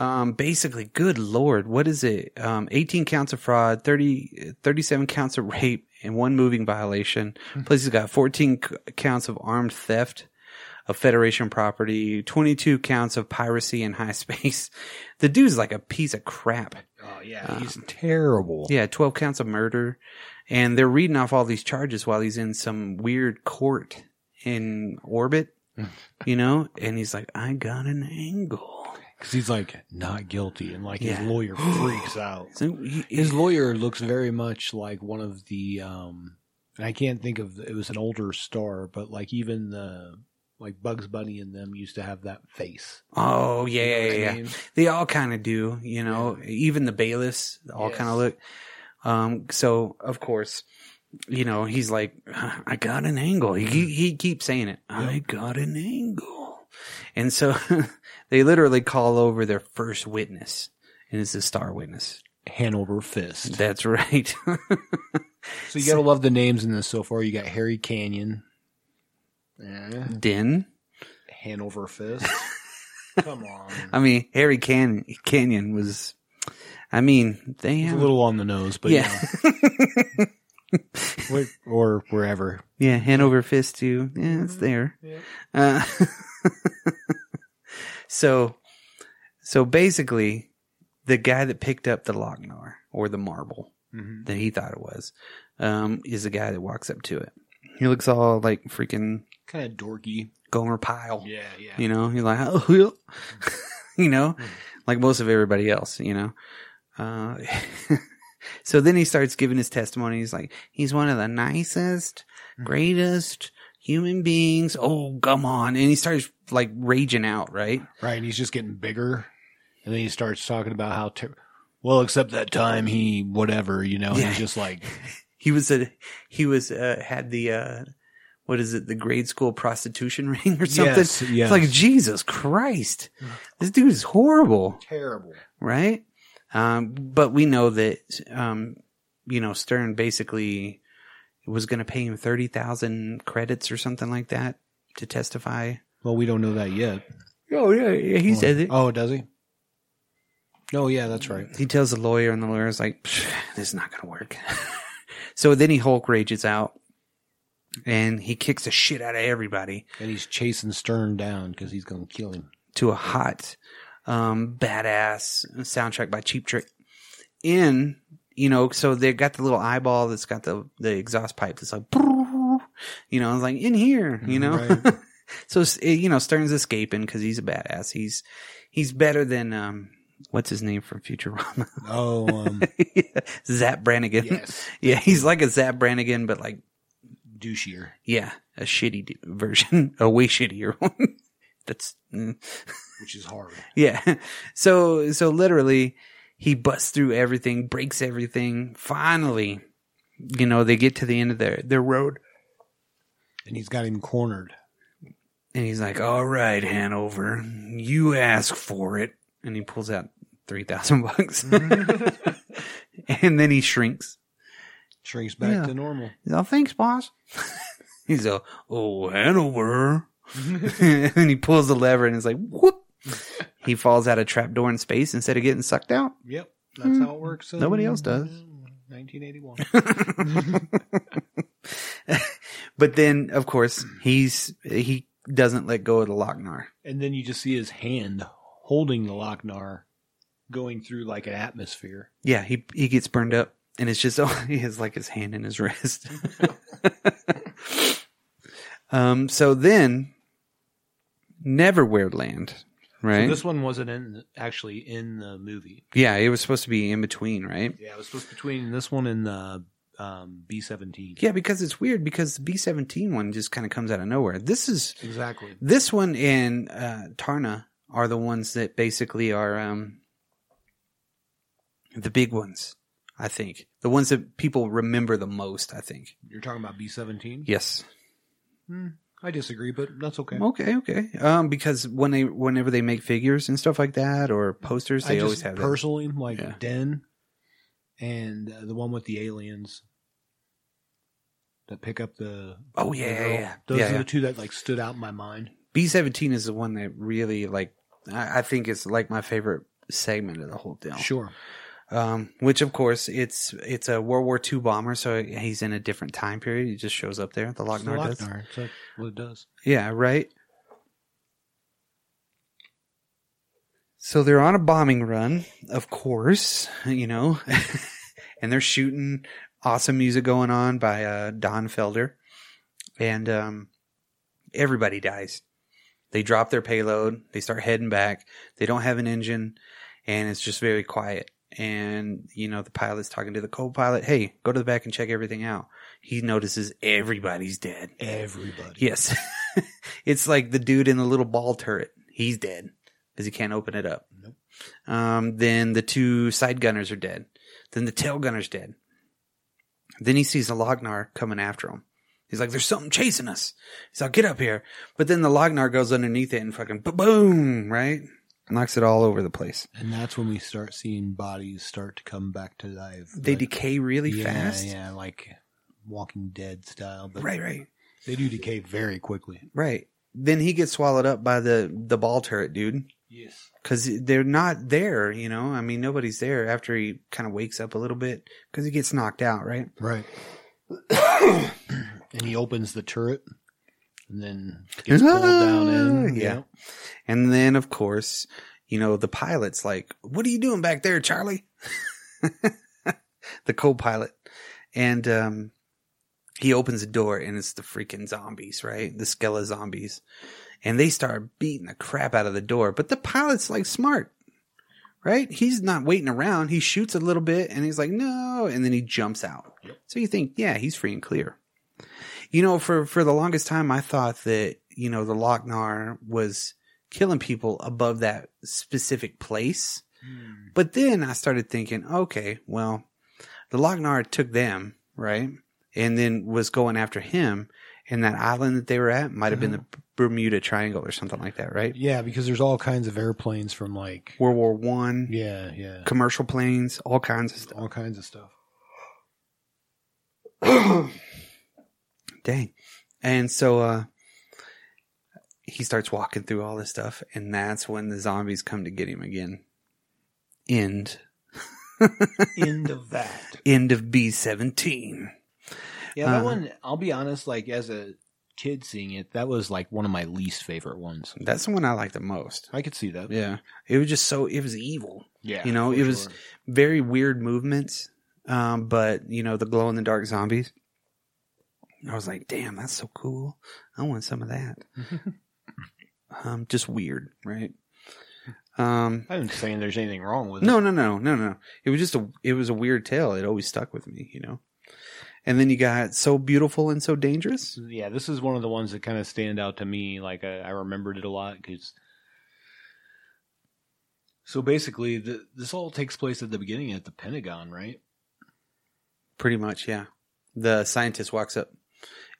A: um, basically, good lord, what is it? Um, 18 counts of fraud, 30, 37 counts of rape, and one moving violation. Plus, he's got 14 c- counts of armed theft of Federation property, 22 counts of piracy in high space. *laughs* The dude's like a piece of crap.
B: Oh yeah,
A: um,
C: He's terrible.
A: Yeah, 12 counts of murder. And they're reading off all these charges while he's in some weird court in orbit, you know? And he's like, I got an angle.
C: Because he's like not guilty, and like
A: Yeah.
C: his *gasps* lawyer freaks out.
A: So he-
C: His lawyer looks very much like one of the um and I can't think of it was an older star, but like even the like Bugs Bunny and them used to have that face.
A: oh, yeah,
C: You know
A: yeah,
C: what I
A: yeah.
C: mean?
A: They all kind of do, you know? Even the bailiffs all
B: Yes.
A: kind of look. Um, so, of course, you know, he's like, I got an angle. He, he, he keeps saying it. I got an angle. And so *laughs* they literally call over their first witness. And it's a star witness.
C: Hanover Fist.
A: That's right. *laughs*
C: so you gotta love the names in this so far. You got Harry Canyon. Eh,
A: Din. *laughs*
C: Hanover Fist. Come on.
A: I mean, Harry Can- Canyon was. I mean, they
C: It's
A: have
C: a little on the nose, but
A: yeah,
C: yeah.
A: *laughs*
C: Or, or wherever.
A: yeah, Hanover Fist too. Yeah, it's there. Uh, *laughs* so, so basically, the guy that picked up the Lochnar or the marble
C: Mm-hmm.
B: Mhm.
A: that he thought it was um, is the guy that walks up to it. He looks all like freaking
B: kind of dorky.
A: Gomer Pyle.
B: Yeah, yeah.
A: *laughs*
C: Hmm.
A: You know, you're like, oh, yeah. you know, like most of everybody else, you know. Uh, *laughs* so then he starts giving his testimony. He's like, he's one of the nicest,
C: Hmm.
A: greatest human beings. Oh, come on. And he starts like raging out, right?
C: Right, and he's just getting bigger, and then he starts talking about how ter- well, except that time he whatever, you know, and he's
A: Yeah.
C: just like
A: He was a, he was, uh, had the, uh, what is it? The grade school prostitution *laughs* ring *laughs* or something.
C: Yes, yes. Hmm.
A: It's like, Jesus Christ. This dude is horrible.
C: terrible.
A: right? Um, but we know that, um, you know, Stern basically was going to pay him 30,000 credits or something like that to testify.
C: Well, we don't know that yet.
A: Oh, yeah, yeah he says it.
C: Oh, does he? Oh, yeah, that's right.
A: He tells the lawyer, and the lawyer's like, "Psh, this is not going to work. *laughs* so then he Hulk rages out and he kicks the shit out of everybody
C: And he's chasing Stern down because he's gonna kill him.
A: to a hot, um, badass soundtrack by Cheap Trick. In you know, so they got the little eyeball that's got the the exhaust pipe that's like, you know, it's like in here, you know.
C: Right.
A: *laughs* so s- you know, Stern's escaping because he's a badass. He's he's better than um, what's his name from Futurama? *laughs*
C: Oh, um,
A: Zap Brannigan.
C: yes,
A: *laughs* Yeah, he's like a Zap Brannigan, but like
C: douchier.
A: yeah, a shitty d- version, *laughs* a way shittier one. *laughs* that's. mm.
C: which is hard.
A: Yeah. *laughs* So so literally he busts through everything, breaks everything. Finally, you know, they get to the end of their their road
C: And he's got him cornered.
A: and he's like, "All right, Hanover, you ask for it." And he pulls out 3000 *laughs* bucks. and then he shrinks.
C: Shrinks back
A: Yeah.
C: to normal.
A: He's all, "Thanks, boss." *laughs* he's all, "Oh, Hanover." *laughs* and he pulls the lever and it's like, "Whoop." He falls out a trapdoor in space instead of getting sucked out.
C: Yep, that's how it works. Mm-hmm. in-
A: Hmm. Nobody else does.
C: 1981.
A: But then, of course, he's he doesn't let go of the Lochnar.
C: and then you just see his hand holding the Lochnar going through like an atmosphere.
A: Yeah, he he gets burned up, and it's just *laughs* oh, he has like his hand in his wrist. *laughs* um. So then, Neverwhere Land,
C: So
A: right?
C: this one wasn't in actually in the movie.
A: yeah, it was supposed to be in between, right?
C: Yeah, it was supposed between this one and the um, B17.
A: Yeah, because it's weird because the B seventeen one just kind of comes out of nowhere. This is
C: Exactly.
A: this one and uh, Tarna are the ones that basically are um, the big ones. I think the ones that people remember the most. I think
C: You're talking about B17?
A: yes.
C: I disagree, but that's okay.
A: Okay, okay. Um, because when they whenever they make figures and stuff like that or posters,
C: I
A: they
C: just
A: always have that.
C: personally like
A: Yeah.
C: Den and uh, the one with the aliens that pick up the
A: Oh
C: the
A: yeah, yeah,
C: girl.
A: yeah.
C: Those
A: yeah,
C: are
A: yeah.
C: the two that like stood out in my mind.
A: B seventeen is the one that really like. I, I think it's like my favorite segment of the whole deal.
C: Sure.
A: um, which of course it's it's a World War II bomber, so he's in a different time period. He just shows up there. The
C: It's the
A: Lochnar does.
C: Lochnar. It's like what it does.
A: Yeah, right. So they're on a bombing run, of course, you know, *laughs* and they're shooting awesome music going on by uh, Don Felder, and um, everybody dies. They drop their payload, they start heading back. They don't have an engine, and it's just very quiet. And you know, the pilot's talking to the co-pilot, "Hey, go to the back and check everything out." He notices everybody's dead.
C: Everybody.
A: Yes. *laughs* it's like the dude in the little ball turret. He's dead because he can't open it up.
C: Nope.
A: Um, then the two side gunners are dead. Then the tail gunner's dead. Then he sees the Lognar coming after him. He's like, there's something chasing us. He's like, get up here. But then the Lognar goes underneath it and fucking boom, right? Knocks it all over the place.
C: And that's when we start seeing bodies start to come back to life.
A: They
C: Like,
A: decay really
C: yeah,
A: fast.
C: Yeah, like Walking Dead style. But
A: Right, right.
C: They do decay very quickly.
A: Right. Then he gets swallowed up by the the ball turret dude.
C: Yes.
A: because they're not there. You know, I mean, nobody's there after he kind of wakes up a little bit because he gets knocked out, right?
C: Right. and he opens the turret and then
A: He's,
C: gets pulled down
A: "Ah!"
C: in.
A: Yeah.
C: Yep.
A: And then, of course, you know, the pilot's like, "What are you doing back there, Charlie?" *laughs* the co-pilot, and um, he opens the door, and it's the freaking zombies, right? The Skella zombies, and they start beating the crap out of the door. But the pilot's like smart, right? He's not waiting around. He shoots a little bit and he's like, no. And then he jumps out. So you think, yeah, he's free and clear. You know, for, for the longest time, I thought that, you know, the Lochnar was killing people above that specific place. But then I started thinking, okay, well, the Lochnar took them, right? And then was going after him. And that island that they were at might have been the Bermuda Triangle or something like that, right?
C: Yeah, because there's all kinds of airplanes from like
A: World War One,
C: yeah, yeah,
A: commercial planes, all kinds of stuff.
C: all kinds of stuff.
A: Dang. And so uh he starts walking through all this stuff, and that's when the zombies come to get him again. End.
C: End of that.
A: End of B seventeen.
C: Yeah, that
A: Uh,
C: one. I'll be honest. Like as a kid seeing it, that was like one of my least favorite ones.
A: That's the one I like the most.
C: I could see that.
A: Yeah. It was just so it was evil.
C: yeah.
A: You know,
C: for
A: it was-
C: sure.
A: Very weird movements. Um, but you know, the glow in the dark zombies. I was like, damn, that's so cool. I want some of that. um, just weird, right? Um
C: I wasn't saying there's anything wrong with
A: No,
C: it.
A: no, no, no, no. It was just a it was a weird tale. It always stuck with me, you know. And then you got so beautiful and so dangerous.
C: Yeah, this is one of the ones that kind of stand out to me. Like uh, I, I remembered it a lot because. So basically, the, this all takes place at the beginning at the Pentagon, right?
A: Pretty much, yeah. The scientist walks up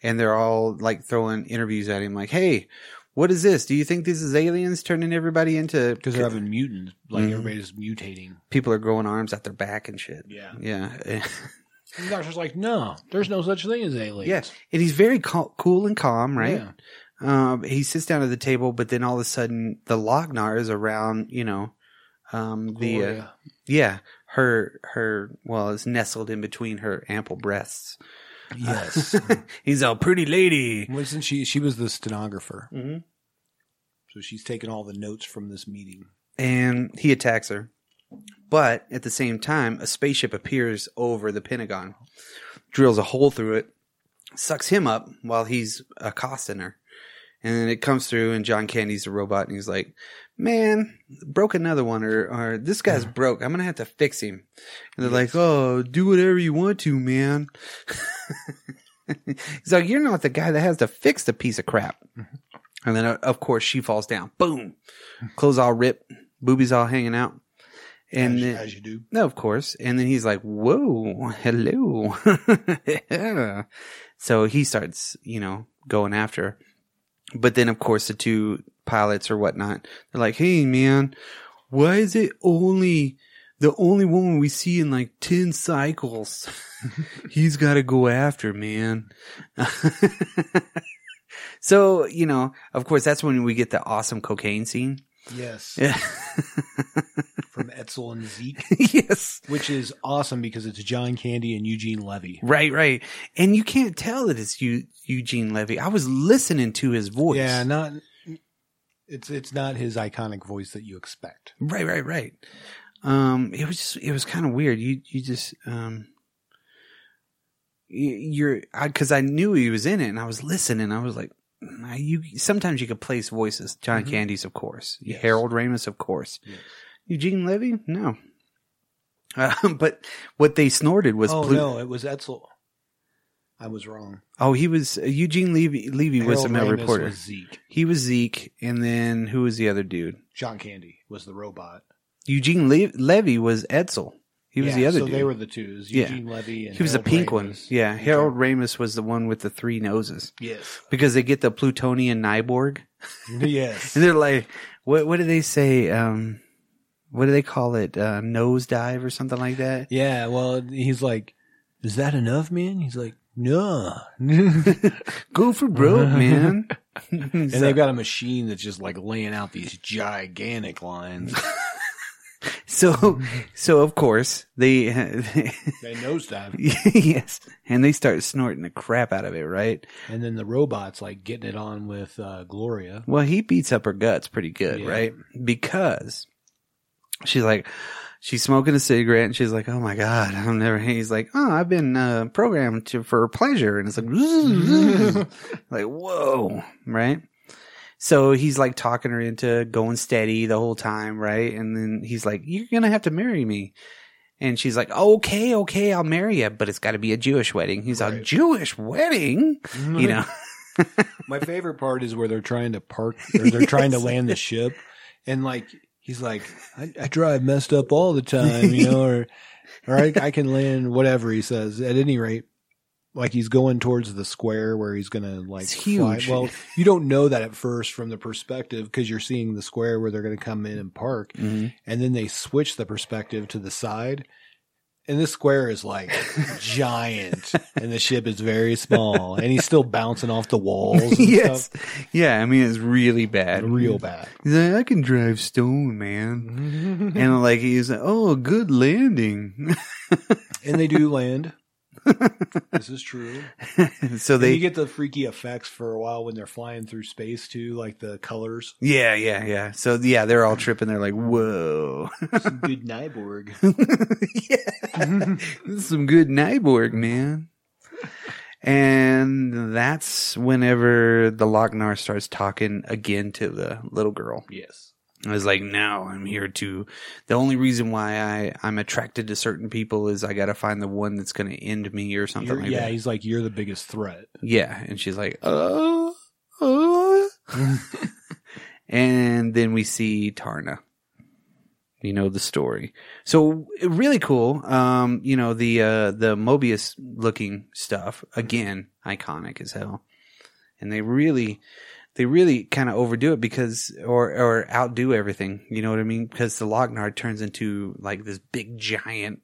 A: and they're all like throwing interviews at him like, "Hey, what is this? Do you think this is aliens turning everybody into
C: Because they're having mutants, like
A: Mhm.
C: everybody's mutating.
A: people are growing arms at their back and shit."
C: Yeah.
A: Yeah. *laughs*
C: And the doctor's like, no, there's no such thing as aliens.
A: Yeah. And he's very cal- cool and calm, right?
C: Yeah.
A: Um, he sits down at the table, but then all of a sudden the Lognar is around, you know, um, the, uh,
C: Gloria.
A: Yeah, her her well, it's nestled in between her ample breasts. *laughs*
C: yes.
A: He's a pretty lady.
C: Listen, she she was the stenographer,
A: Mm-hmm.
C: so she's taking all the notes from this meeting.
A: And he attacks her, but at the same time, a spaceship appears over the Pentagon, drills a hole through it, sucks him up while he's accosting her. And then it comes through, and John Candy's a robot, and he's like, "Man, broke another one, or, or this guy's broke. I'm gonna have to fix him." And they're like, "Oh, do whatever you want to, man." *laughs* he's like, "You're not the guy that has to fix the piece of crap." And then, uh, of course, she falls down. Boom, clothes all ripped, boobies all hanging out, and
B: as,
A: then,
B: as you do.
A: no, of course. And then he's like, "Whoa, hello." *laughs* So he starts, you know, going after. her. But then, of course, the two pilots or whatnot, they're like, "Hey, man, why is it only the only woman we see in like ten cycles? *laughs* he's got to go after, man." *laughs* so you know, of course, that's when we get the awesome cocaine scene. *laughs*
C: Yes,
A: Yeah.
C: from Etzel and Zeke, *laughs*
A: yes.
C: which is awesome because it's John Candy and Eugene Levy.
A: Right, right. And you can't tell that it's Eu- Eugene Levy. I was listening to his voice.
C: Yeah, not it's it's not his iconic voice that you expect.
A: Right, right, right. Um, it was just, it was kind of weird. You, you just, um, y- you're, I, cause I knew he was in it and I was listening. I was like, "Nah, you, sometimes you could place voices. John Candy's, of course.
C: Mm-hmm. Yes.
A: Harold Ramis, of course.
C: Yes.
A: Eugene Levy? No. Um, *laughs* but what they snorted was
C: oh
A: Plu-
C: no, it was Etzel. I was wrong.
A: Oh, he was Eugene Levy. Levy was the
C: Harold
A: male
C: Ramis
A: reporter.
C: was Zeke.
A: He was Zeke, and then who was the other dude?
C: John Candy was the robot.
A: Eugene Le- Levy was Edsel. He was
C: Yeah,
A: the other
C: So
A: dude.
C: they were the two. It was
A: Yeah.
C: Eugene Levy and
A: he was the
C: Harold
A: pink
C: Ramis.
A: one. Yeah, Harold Ramis was the one with the three noses
C: Yes. *laughs*
A: because they get the plutonian Nyborg,
C: yes.
A: and they're like, what? What do they say? Um, what do they call it? Uh, nose dive or something like that.
C: Yeah, well, he's like, "Is that enough, man?" He's like, *laughs* "No."
A: Go for
C: *laughs*
A: broke, man.
C: And they've got a machine that's just like laying out these
A: *laughs*
C: gigantic lines.
A: so, so of course they *laughs*
C: they nosedive,
A: yes, and they start snorting the crap out of it, right?
C: and then the robot's like getting it on with uh, Gloria.
A: Well, he beats up her guts pretty good,
C: Yeah.
A: right? Because she's like, she's smoking a cigarette and she's like, oh my God, *laughs* I'm never, he's like, oh, I've been uh, programmed *laughs* to, for pleasure. And it's like, like, whoa, right? So he's like talking her into going steady the whole time, right? And then he's like, "You're gonna have to marry me," and she's like, "Okay, okay, I'll marry you, but it's got to be a Jewish wedding." He's like,
B: Right.
A: "Jewish wedding," you know.
C: My favorite part is where they're trying to park, or they're trying to land the ship, and like he's like, I, "I drive messed up all the time, you know," or "Or I, I can land whatever." He says. At any rate, like he's going towards the square where he's gonna like
A: It's huge.
C: Well, you don't know that at first from the perspective because you're seeing the square where they're gonna come in and park,
A: Mhm.
C: and then they switch the perspective to the side. And this square is like giant, and the ship is very small, and he's still bouncing off the walls. And
A: yes,
C: stuff.
A: yeah. I mean, it's really bad, *laughs*
C: real bad.
A: He's like, I can drive stone, man.
C: and
A: And like he's like, oh, good landing. *laughs*
C: they do land. this is true.
A: so
C: They,
A: they,
C: you get the freaky effects for a while when they're flying through space too, like the colors.
A: yeah, yeah, yeah. So yeah, they're all tripping. They're like, whoa, *laughs*
C: Some good Nyborg.
A: yeah, *laughs* this is some good Nyborg, man. And that's whenever the Lochnar starts talking again to the little girl.
C: Yes.
A: I was like, no, I'm here to. The only reason why I, I'm attracted to certain people is I got to find the one that's going to end me or something
C: You're-
A: like
C: yeah,
A: that.
C: he's like, you're the biggest threat.
A: Yeah. And she's like, oh, oh. *laughs* and then we see Tarna. You know the story. So really cool. Um, you know, the uh the Mobius looking stuff, again, iconic as hell. And they really they really kind of overdo it because or or outdo everything, you know what I mean? Because the Lognard turns into like this big giant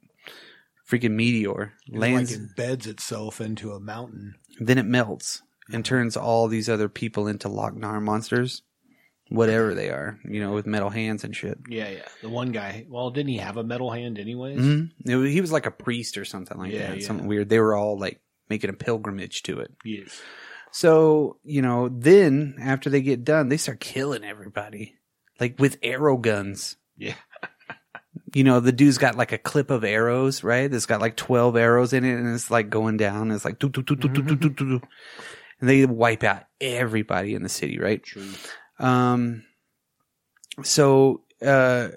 A: freaking meteor.
C: It,
A: Lands
C: like embeds itself into a mountain.
A: then it melts
C: Mm-hmm.
A: and turns all these other people into Lochnar monsters, whatever they are, you know, with metal hands and shit.
C: Yeah, yeah. The one guy. Well, didn't he have a metal hand anyways?
A: Mhm. It wa- He was like a priest or something like
C: Yeah,
A: that,
C: yeah.
A: something weird. They were all like making a pilgrimage to it.
C: Yes.
A: So, you know, then after they get done, they start killing everybody, like with arrow guns.
C: Yeah.
A: You know, the dude's got like a clip of arrows, right? That's got like 12 arrows in it and it's like going down. And it's like, doo, doo, doo, doo, doo, doo, doo, doo, doo. and they wipe out everybody in the city, right?
C: True.
A: Um, so uh,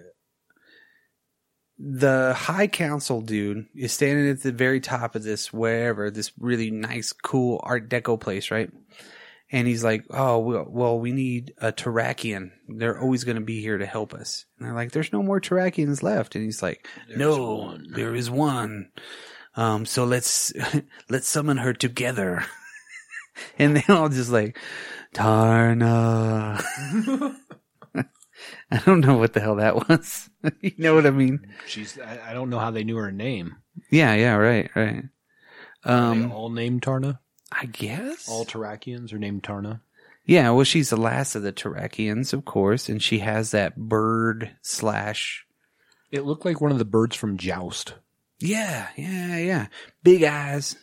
A: the High Council dude is standing at the very top of this wherever this really nice, cool Art Deco place, right? And he's like, "Oh, well, well we need a Terrakian. They're always going to be here to help us." And they're like, "There's no more Terrakians left." And he's like, "No, there is one. Um, so let's *laughs* let's summon her together." *laughs* and they all just like, Tarna. *laughs* I don't know what the hell that was. *laughs* you know what I mean?
C: She's. I, I don't know how they knew her name.
A: Yeah, yeah, right, right.
C: they
A: Um,
C: all named Tarna.
A: I guess.
C: All Tarakians are named Tarna.
A: yeah, well, she's the last of the Tarakians, of course, and she has that bird slash.
C: It looked like one of the birds from Joust.
A: Yeah, yeah, yeah. Big eyes.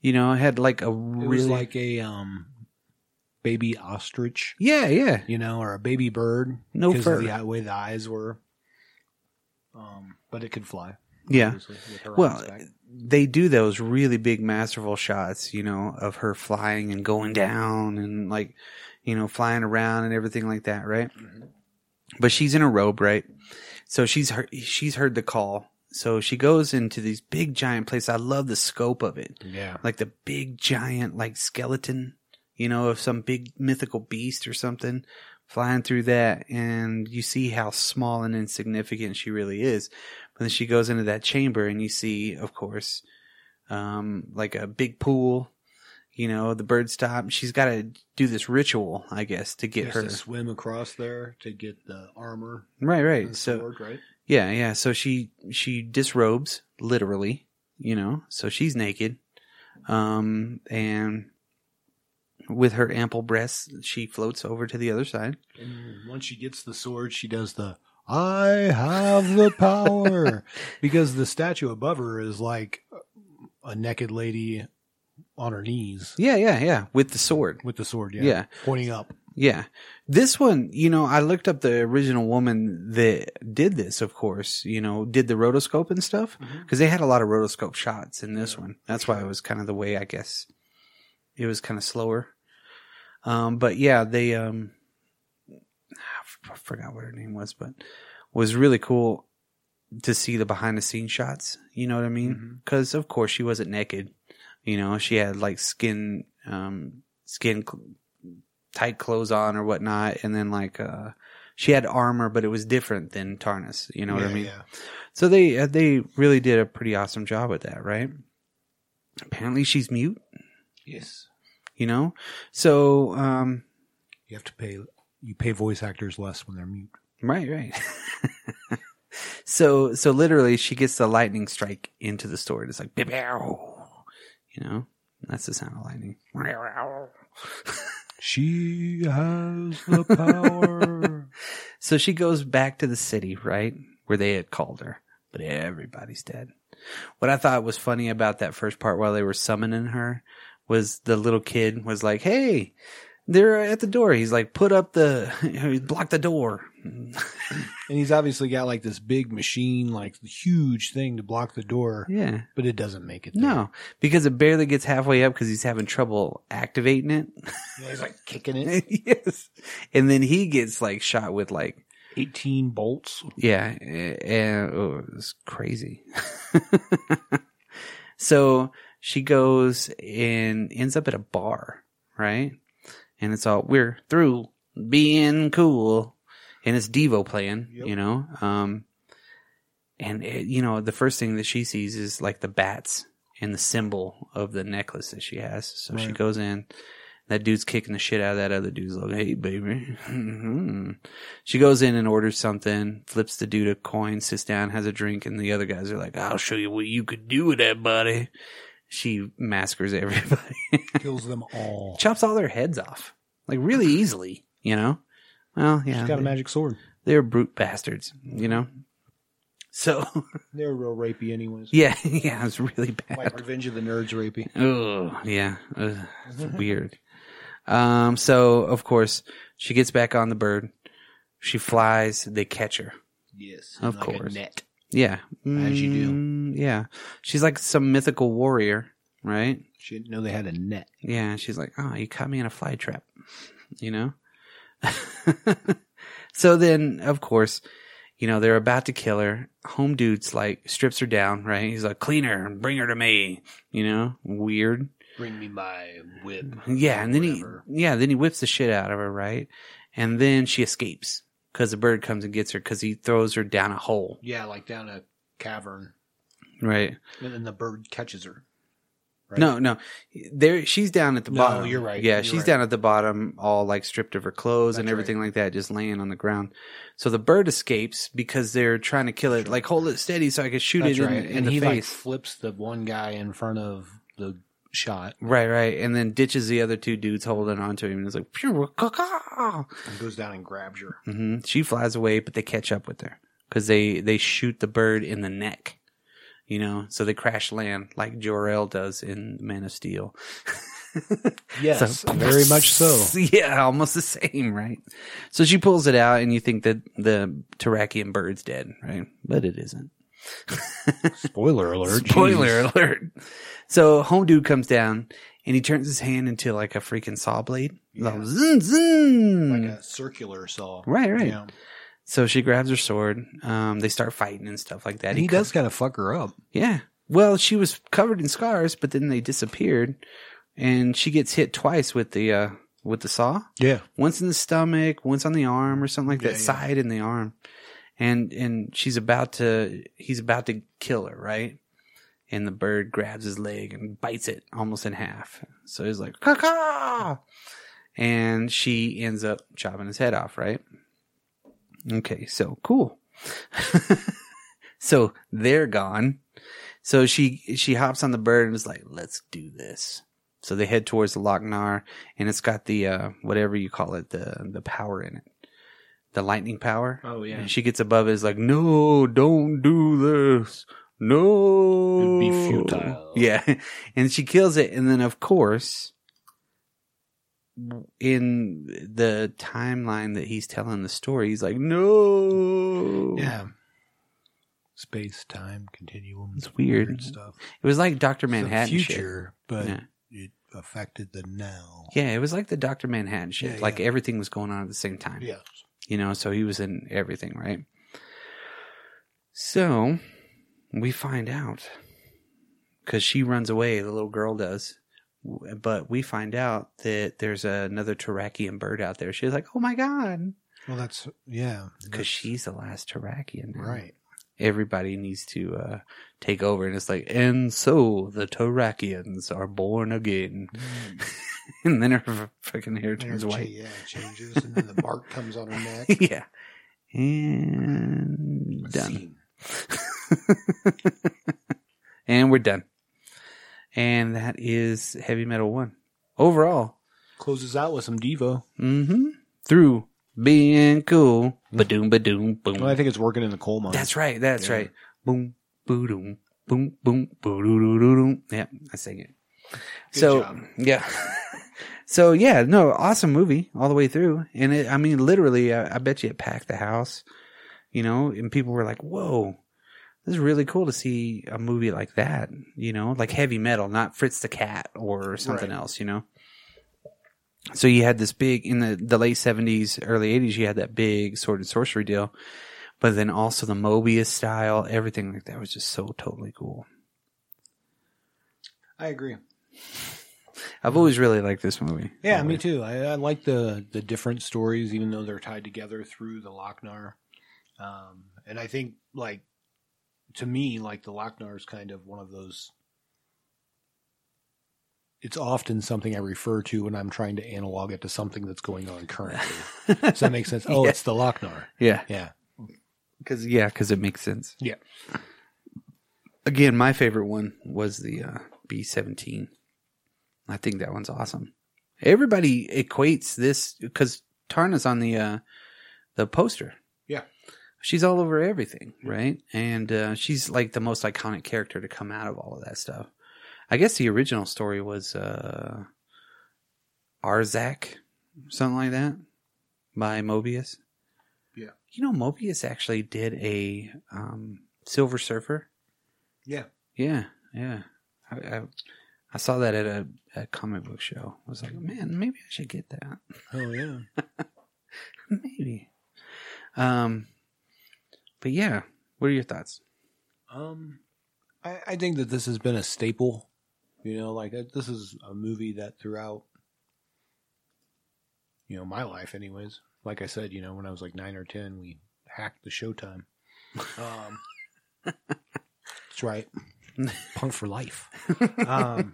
A: You know, had like a
C: It
A: really
C: was like a um, baby ostrich,
A: yeah, yeah.
C: you know, or a baby bird.
A: No
C: because
A: fur.
C: of the uh, way the eyes were. Um, but it could fly.
A: Yeah.
C: obviously, with her on
A: Well, uh,
C: its back.
A: they do those really big masterful shots, you know, of her flying and going down and like, you know, flying around and everything like that, right? But she's in a robe, right? So she's heard, she's heard the call. So she goes into these big giant places. I love the scope of it.
C: yeah,
A: Like the big giant like skeleton, you know, of some big mythical beast or something flying through that and you see how small and insignificant she really is. But then she goes into that chamber and you see, of course, um, like a big pool, you know, the bird stop. She's got to do this ritual, I guess, to
C: She
A: get
C: has
A: her.
C: to swim across there to get the armor.
A: Right,
C: and
A: right.
C: the
A: So,
C: sword, right?
A: yeah, yeah. So she, she disrobes, literally, you know, so she's naked. Um, and with her ample breasts, she floats over to the other side.
C: And once she gets the sword, she does the I have the
A: *laughs*
C: power because the statue above her is like a naked lady on her knees
A: Yeah, yeah, yeah. With the sword.
C: with the sword, yeah,
A: Yeah.
C: pointing up.
A: Yeah. This one, you know, I looked up the original woman that did this, of course, you know, did the rotoscope and stuff because they had a lot of rotoscope shots in this one. That's why it was kind of the way, I guess, it was kind of slower. Um, but yeah, they, um, I forgot what her name was, but was really cool to see the behind the scenes shots. You know what I
C: Mm-hmm.
A: mean? Because of course she wasn't naked. You know, she had like skin, um, skin cl- tight clothes on or whatnot, and then like uh, she had armor, but it was different than Tarnus. You know what I
B: Yeah,
A: mean?
B: yeah.
A: So they uh, they really did a pretty awesome job with that, right? Apparently she's mute,
C: Yes.
A: you know. So um,
C: You have to pay. You pay voice actors less when they're mute.
A: Right, right. *laughs* so so literally she gets the lightning strike into the sword. It's like "Bibow," you know? That's the sound of lightning.
C: She has the
A: *laughs*
C: power.
A: So she goes back to the city, right? Where they had called her. But everybody's dead. What I thought was funny about that first part while they were summoning her was the little kid was like, Hey, they're at the door. He's like, put up the, *laughs* block the door.
C: and he's obviously got like this big machine, like huge thing to block the door,
A: Yeah.
C: but it doesn't make it. there.
A: No, because it barely gets halfway up because he's having trouble activating it. *laughs*
C: Yeah, he's like kicking it.
A: yes. And then he gets like shot with like,
C: Eighteen bolts.
A: yeah, and oh, it's crazy. *laughs* so she goes and ends up at a bar, right? And it's all we're through being cool, and it's Devo playing, you know. Um, and it, you know the first thing that she sees is like the bats and the symbol of the necklace that she has. So she goes in. That dude's kicking the shit out of that other dude's like, hey, baby. *laughs* she goes in and orders something, flips the dude a coin, sits down, has a drink, and the other guys are like, I'll show you what you could do with that body. She massacres *laughs* everybody,
C: kills them all.
A: chops all their heads off, like really easily, you know? Well, yeah.
C: She's got a
A: they-
C: magic sword.
A: They're brute bastards, you know? So, *laughs*
C: They're real rapey, anyways.
A: yeah, *laughs* yeah, it's really bad.
B: Like Revenge of the Nerds rapey.
C: *laughs*
A: Oh yeah, Ugh, it's weird. Um, so of course she gets back on the bird. She flies. They catch her.
B: Yes.
A: Of
B: like a
A: course.
B: net.
A: Yeah,
C: As you do.
A: Mm, yeah, she's like some mythical warrior, right?
C: She didn't know they had a net.
A: Yeah, she's like, oh, you caught me in a fly trap, *laughs* you know? *laughs* so then, of course, you know, they're about to kill her. Home dude's like, strips her down, right? He's like, clean her and bring her to me, you know? Weird.
B: Bring me my whip.
A: Yeah, and then
B: Whatever.
A: he, yeah, then he whips the shit out of her, right? And then she escapes because the bird comes and gets her because he throws her down a hole,
B: Yeah, like down a cavern.
A: right?
B: And then the bird catches her. Right.
A: No, no, there she's down at the
B: No,
A: bottom.
B: you're right,
A: Yeah,
B: you're
A: she's
B: right.
A: down at the bottom, all like stripped of her clothes and
B: That's
A: everything like that, just laying on the ground. So the bird escapes because they're trying to kill it. Like hold it steady so I can shoot
C: That's
A: it in,
C: right.
A: in
C: and
A: the
C: he like
A: face.
C: flips the one guy in front of the shot
A: Right, right, and then ditches the other two dudes holding onto him, and it's like, "Phew, caw-caw."
B: And goes down and grabs her.
A: hmm She flies away, but they catch up with her because they they shoot the bird in the neck. You know, so they crash land like Jor El does in Man of Steel.
C: Yes,
A: So-
C: very much so.
A: *laughs* yeah, almost the same, right? So she pulls it out, and you think that the Tarakian bird's dead, right? But it isn't.
C: Spoiler alert.
A: Spoiler
C: jeez.
A: alert. So home dude comes down, and he turns his hand into like a freaking saw blade. Like, zing, zing.
B: Like a circular saw.
A: Right, Mm. right.
B: You know?
A: so she grabs her sword. Um, they start fighting and stuff like that.
C: And he
A: cut-
C: does kind of fuck her up.
A: Yeah. Well, she was covered in scars, but then they disappeared, and she gets hit twice with the uh, with the saw.
C: Yeah.
A: Once in the stomach, once on the arm, or something like that.
B: Yeah, yeah.
A: Side in the arm, and and she's about to he's about to kill her, right? And the bird grabs his leg and bites it almost in half. So he's like, "Caw-caw!" and she ends up chopping his head off, right? Okay, so cool. so they're gone. So she she hops on the bird and is like, "Let's do this." So they head towards the Loch Nar, and it's got the uh, whatever you call it, the the power in it, the lightning power.
B: Oh, yeah.
A: And she gets above it, is like, "No, don't do this." No,
C: It'd be futile.
A: Yeah, *laughs* and she kills it, and then of course, in the timeline that he's telling the story, he's like, "No,
C: Yeah. Space, time, continuum.
A: It's weird.
C: stuff.
A: It was like Doctor
C: It's the
A: Manhattan shit.
C: future, but
A: Yeah.
C: it affected the now.
A: Yeah, it was like the Doctor Manhattan shit.
C: Yeah,
A: like
C: yeah.
A: everything was going on at the same time.
C: Yes.
A: You know, so he was in everything, right? So we find out because she runs away, the little girl does. W- But we find out that there's another Tarakian bird out there. She's like, oh my God.
C: Well, that's yeah.
A: Because she's the last Tarakian. now.
C: right.
A: Everybody needs to uh, take over. And it's like, and so the Tarakians are born again. *laughs* and then her f- fucking hair *laughs* turns
B: Energy,
A: white.
B: Yeah, changes, and then the
A: *laughs*
B: mark comes on her neck.
A: yeah. And done.
B: Scene.
A: *laughs* and we're done. And that is Heavy Metal 1. Overall,
C: Closes out with some Devo.
A: mm-hmm. through being cool. Badoom, badoom, boom.
C: Well, I think it's working in the coal mine.
A: That's right. That's
C: Yeah.
A: right. Boom, boom, boom, boom, boom, Yeah, I sang it. so
B: job.
A: yeah, *laughs* so yeah, no, awesome movie all the way through, and it, I mean, literally, I, I bet you it packed the house, you know, and people were like, "Whoa." This is really cool to see a movie like that, you know, like heavy metal, not Fritz the Cat or something
B: Right.
A: else, you know. So you had this big in the, the late seventies, early eighties, you had that big sword and sorcery deal but then also the Mobius style, everything like that was just so totally cool.
C: I agree.
A: I've always really liked this movie.
C: Yeah, me
A: Always.
C: too. I, I like the the different stories, even though they're tied together through the Lochnar. Um, and I think, like, to me, like the Lochnar is kind of one of those. It's often something I refer to when I'm trying to analog it to something that's going
A: *laughs*
C: on currently. Does that make sense? Oh,
A: Yeah.
C: it's the Lochnar.
A: Yeah,
C: Yeah.
A: because yeah, because it makes sense.
C: Yeah.
A: Again, my favorite one was the uh, B seventeen. I think that one's awesome. Everybody equates this because Tarna's on the uh, the poster.
B: Yeah.
A: she's all over everything, right? And uh, she's like the most iconic character to come out of all of that stuff. I guess the original story was uh, Arzak, something like that, by Mobius.
B: Yeah.
A: you know Mobius actually did a um, Silver Surfer.
B: Yeah,
A: Yeah, yeah. I, I, I saw that at a, a comic book show. I was like, man, maybe I should get that. *laughs*
C: Oh, yeah.
A: Maybe. Um, but yeah, what are your thoughts?
C: Um, I, I think that this has been a staple. You know, like uh, this is a movie that throughout, you know, my life, anyways. Like I said, you know, when I was like nine or ten, we hacked the Showtime. Um, that's right, punk for life. Um,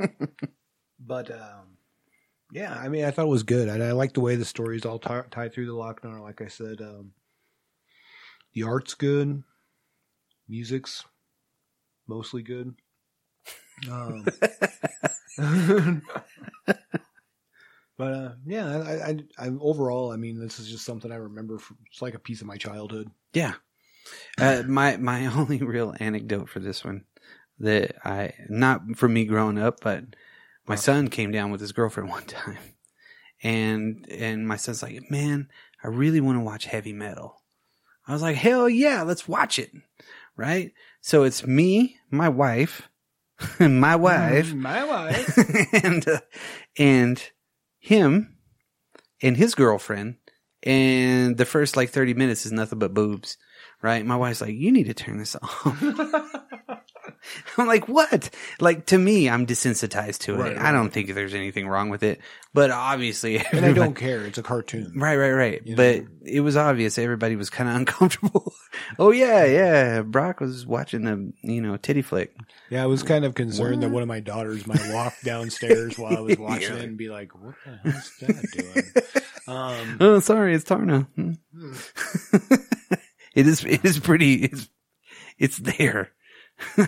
C: but um, yeah, I mean, I thought it was good, and I like the way the stories all tie tie through the Lochnar. Like I said, um, the art's good, music's mostly *laughs* good. Um, but uh, yeah, I, I, I, I'm overall. I mean, this is just something I remember. From, it's like a piece of my childhood.
A: Yeah. Uh, my my *laughs* only real anecdote for this one that I not for me growing up, but my son came down with his girlfriend *laughs* one time, and and my son's like, man, I really want to watch heavy metal. I was like, hell yeah, let's watch it, right? So it's me, my wife, *laughs* my wife,
C: Hmm, My wife.
A: *laughs* and uh, and him and his girlfriend and the first like 30 minutes is nothing but boobs right my wife's like you need to turn this *laughs* off
C: *laughs*
A: i'm like what like to me i'm desensitized to it
C: Right,
A: i don't think there's anything wrong with it but obviously
C: *laughs* and I don't care. It's a cartoon.
A: *laughs* Right, right, right.
C: You
A: but
C: know?
A: it was obvious everybody was kind of *laughs* uncomfortable. oh yeah, yeah. Brock was watching a you know titty flick.
C: Yeah, I was kind of concerned that one of my daughters might walk downstairs while I was
A: *laughs*
C: watching
A: Yeah.
C: it and be like, "What the hell is Dad doing?"
A: *laughs*
C: Um,
A: Oh, sorry, it's Tarna. Hmm. *laughs* it is. It is pretty. It's it's there. *laughs*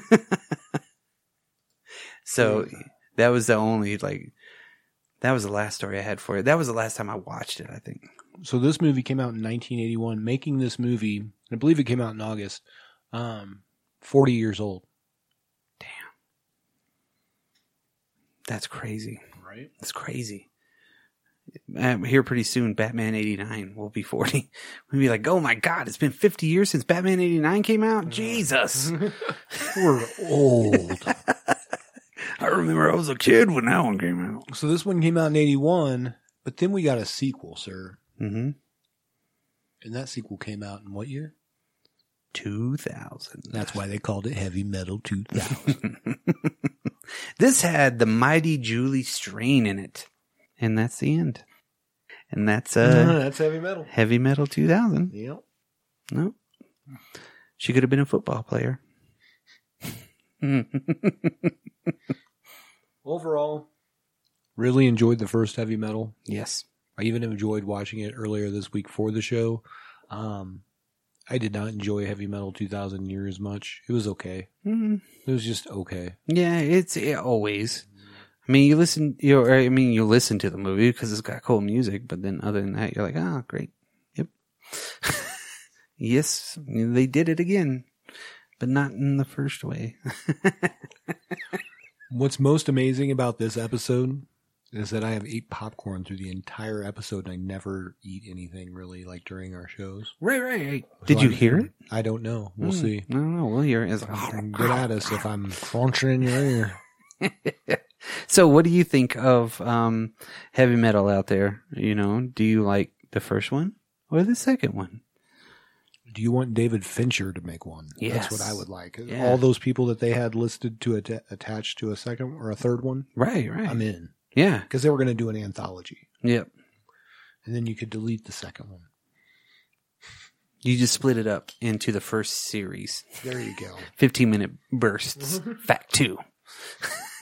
A: so that was the only like. That was the last story I had for it. That was the last time I watched it. I think.
C: so this movie came out in 1981 making this movie i believe it came out in august um 40 years old
A: That's crazy.
C: right
A: That's crazy. Um, here pretty soon, Batman eighty nine will be forty. *laughs* We'll be like, oh my god, it's been fifty years since Batman eighty nine came out. Jesus,
C: we're old
A: I remember I was a kid when that one came out.
C: so this one came out in 81 but then we got a sequel sir
A: hmm
C: And that sequel came out in what year?
A: 2000.
C: That's why they called it Heavy Metal 2000.
A: This had the mighty Julie Strain in it. And that's the end. And that's uh
C: *laughs* that's heavy metal.
A: Heavy Metal 2000.
C: Yep.
A: No. She could have been a football player.
C: Overall, really enjoyed the first Heavy Metal.
A: yes.
C: I even enjoyed watching it earlier this week for the show. Um, I did not enjoy Heavy Metal 2000 near as much. It was okay.
A: Mm,
C: It was just okay.
A: yeah, it's it always. I mean, you listen you or, I mean, you listen to the movie because it's got cool music, but then other than that, you're like, "Ah, great. Yep." *laughs* yes, they did it again, but not in the first way.
C: What's most amazing about this episode is that I have ate popcorn through the entire episode and I never eat anything really like during our shows.
A: Right, right, right.
C: So
A: Did you
C: I'm-
A: hear it?
C: I don't know. We'll
A: Hmm,
C: see.
A: I don't know. We'll hear it. It's
C: Something
A: like,
C: Get at us if I'm crunching in your ear. *laughs*
A: so, what do you think of um, heavy metal out there? You know, do you like the first one or the second one?
C: Do you want David Fincher to make one?
A: Yes.
C: That's what I would like.
A: Yeah.
C: All those people that they had listed to at- attach to a second or a third one,
A: Right, right.
C: I'm in.
A: yeah,
C: Because they were going to do an anthology.
A: yep.
C: And then you could delete the second one.
A: You just split it up into the first series,
C: There you go.
A: fifteen minute
C: *laughs*
A: bursts. Fact two.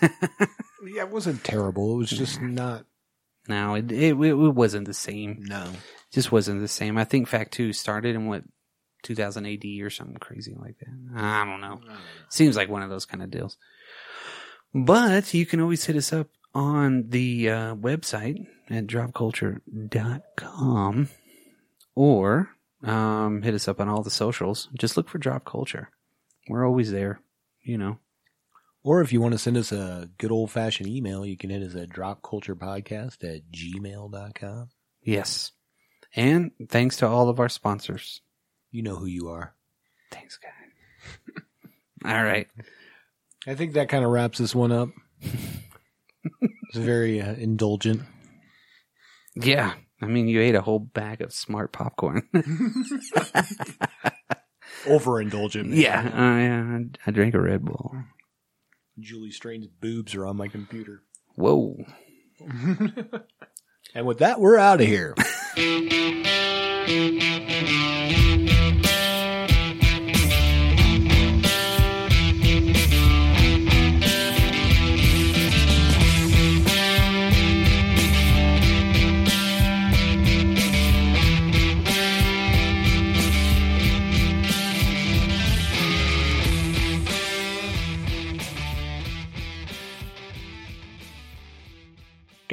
C: yeah, it wasn't terrible. It was just not.
A: No, it, it it wasn't the same.
C: No.
A: Just wasn't the same. I think Fact Two started in what 2000 AD or something crazy like that. I don't know. Seems like one of those kind of deals. But you can always hit us up on the uh, website at dropculture.com or um, hit us up on all the socials. Just look for Drop Culture. We're always there, you know.
C: Or if you want to send us a good old fashioned email, you can hit us at dropculturepodcast at gmail.com.
A: Yes. And thanks to all of our sponsors.
C: You know who you are.
A: Thanks, guys. all right.
C: I think that kind of wraps this one up. it's very uh, indulgent.
A: Yeah. I mean, you ate a whole bag of smart popcorn. *laughs*
C: Overindulgent. man.
A: yeah. I, uh, I drank a Red Bull.
C: Julie Strain's boobs are on my computer.
A: Whoa.
C: And with that, we're out of here.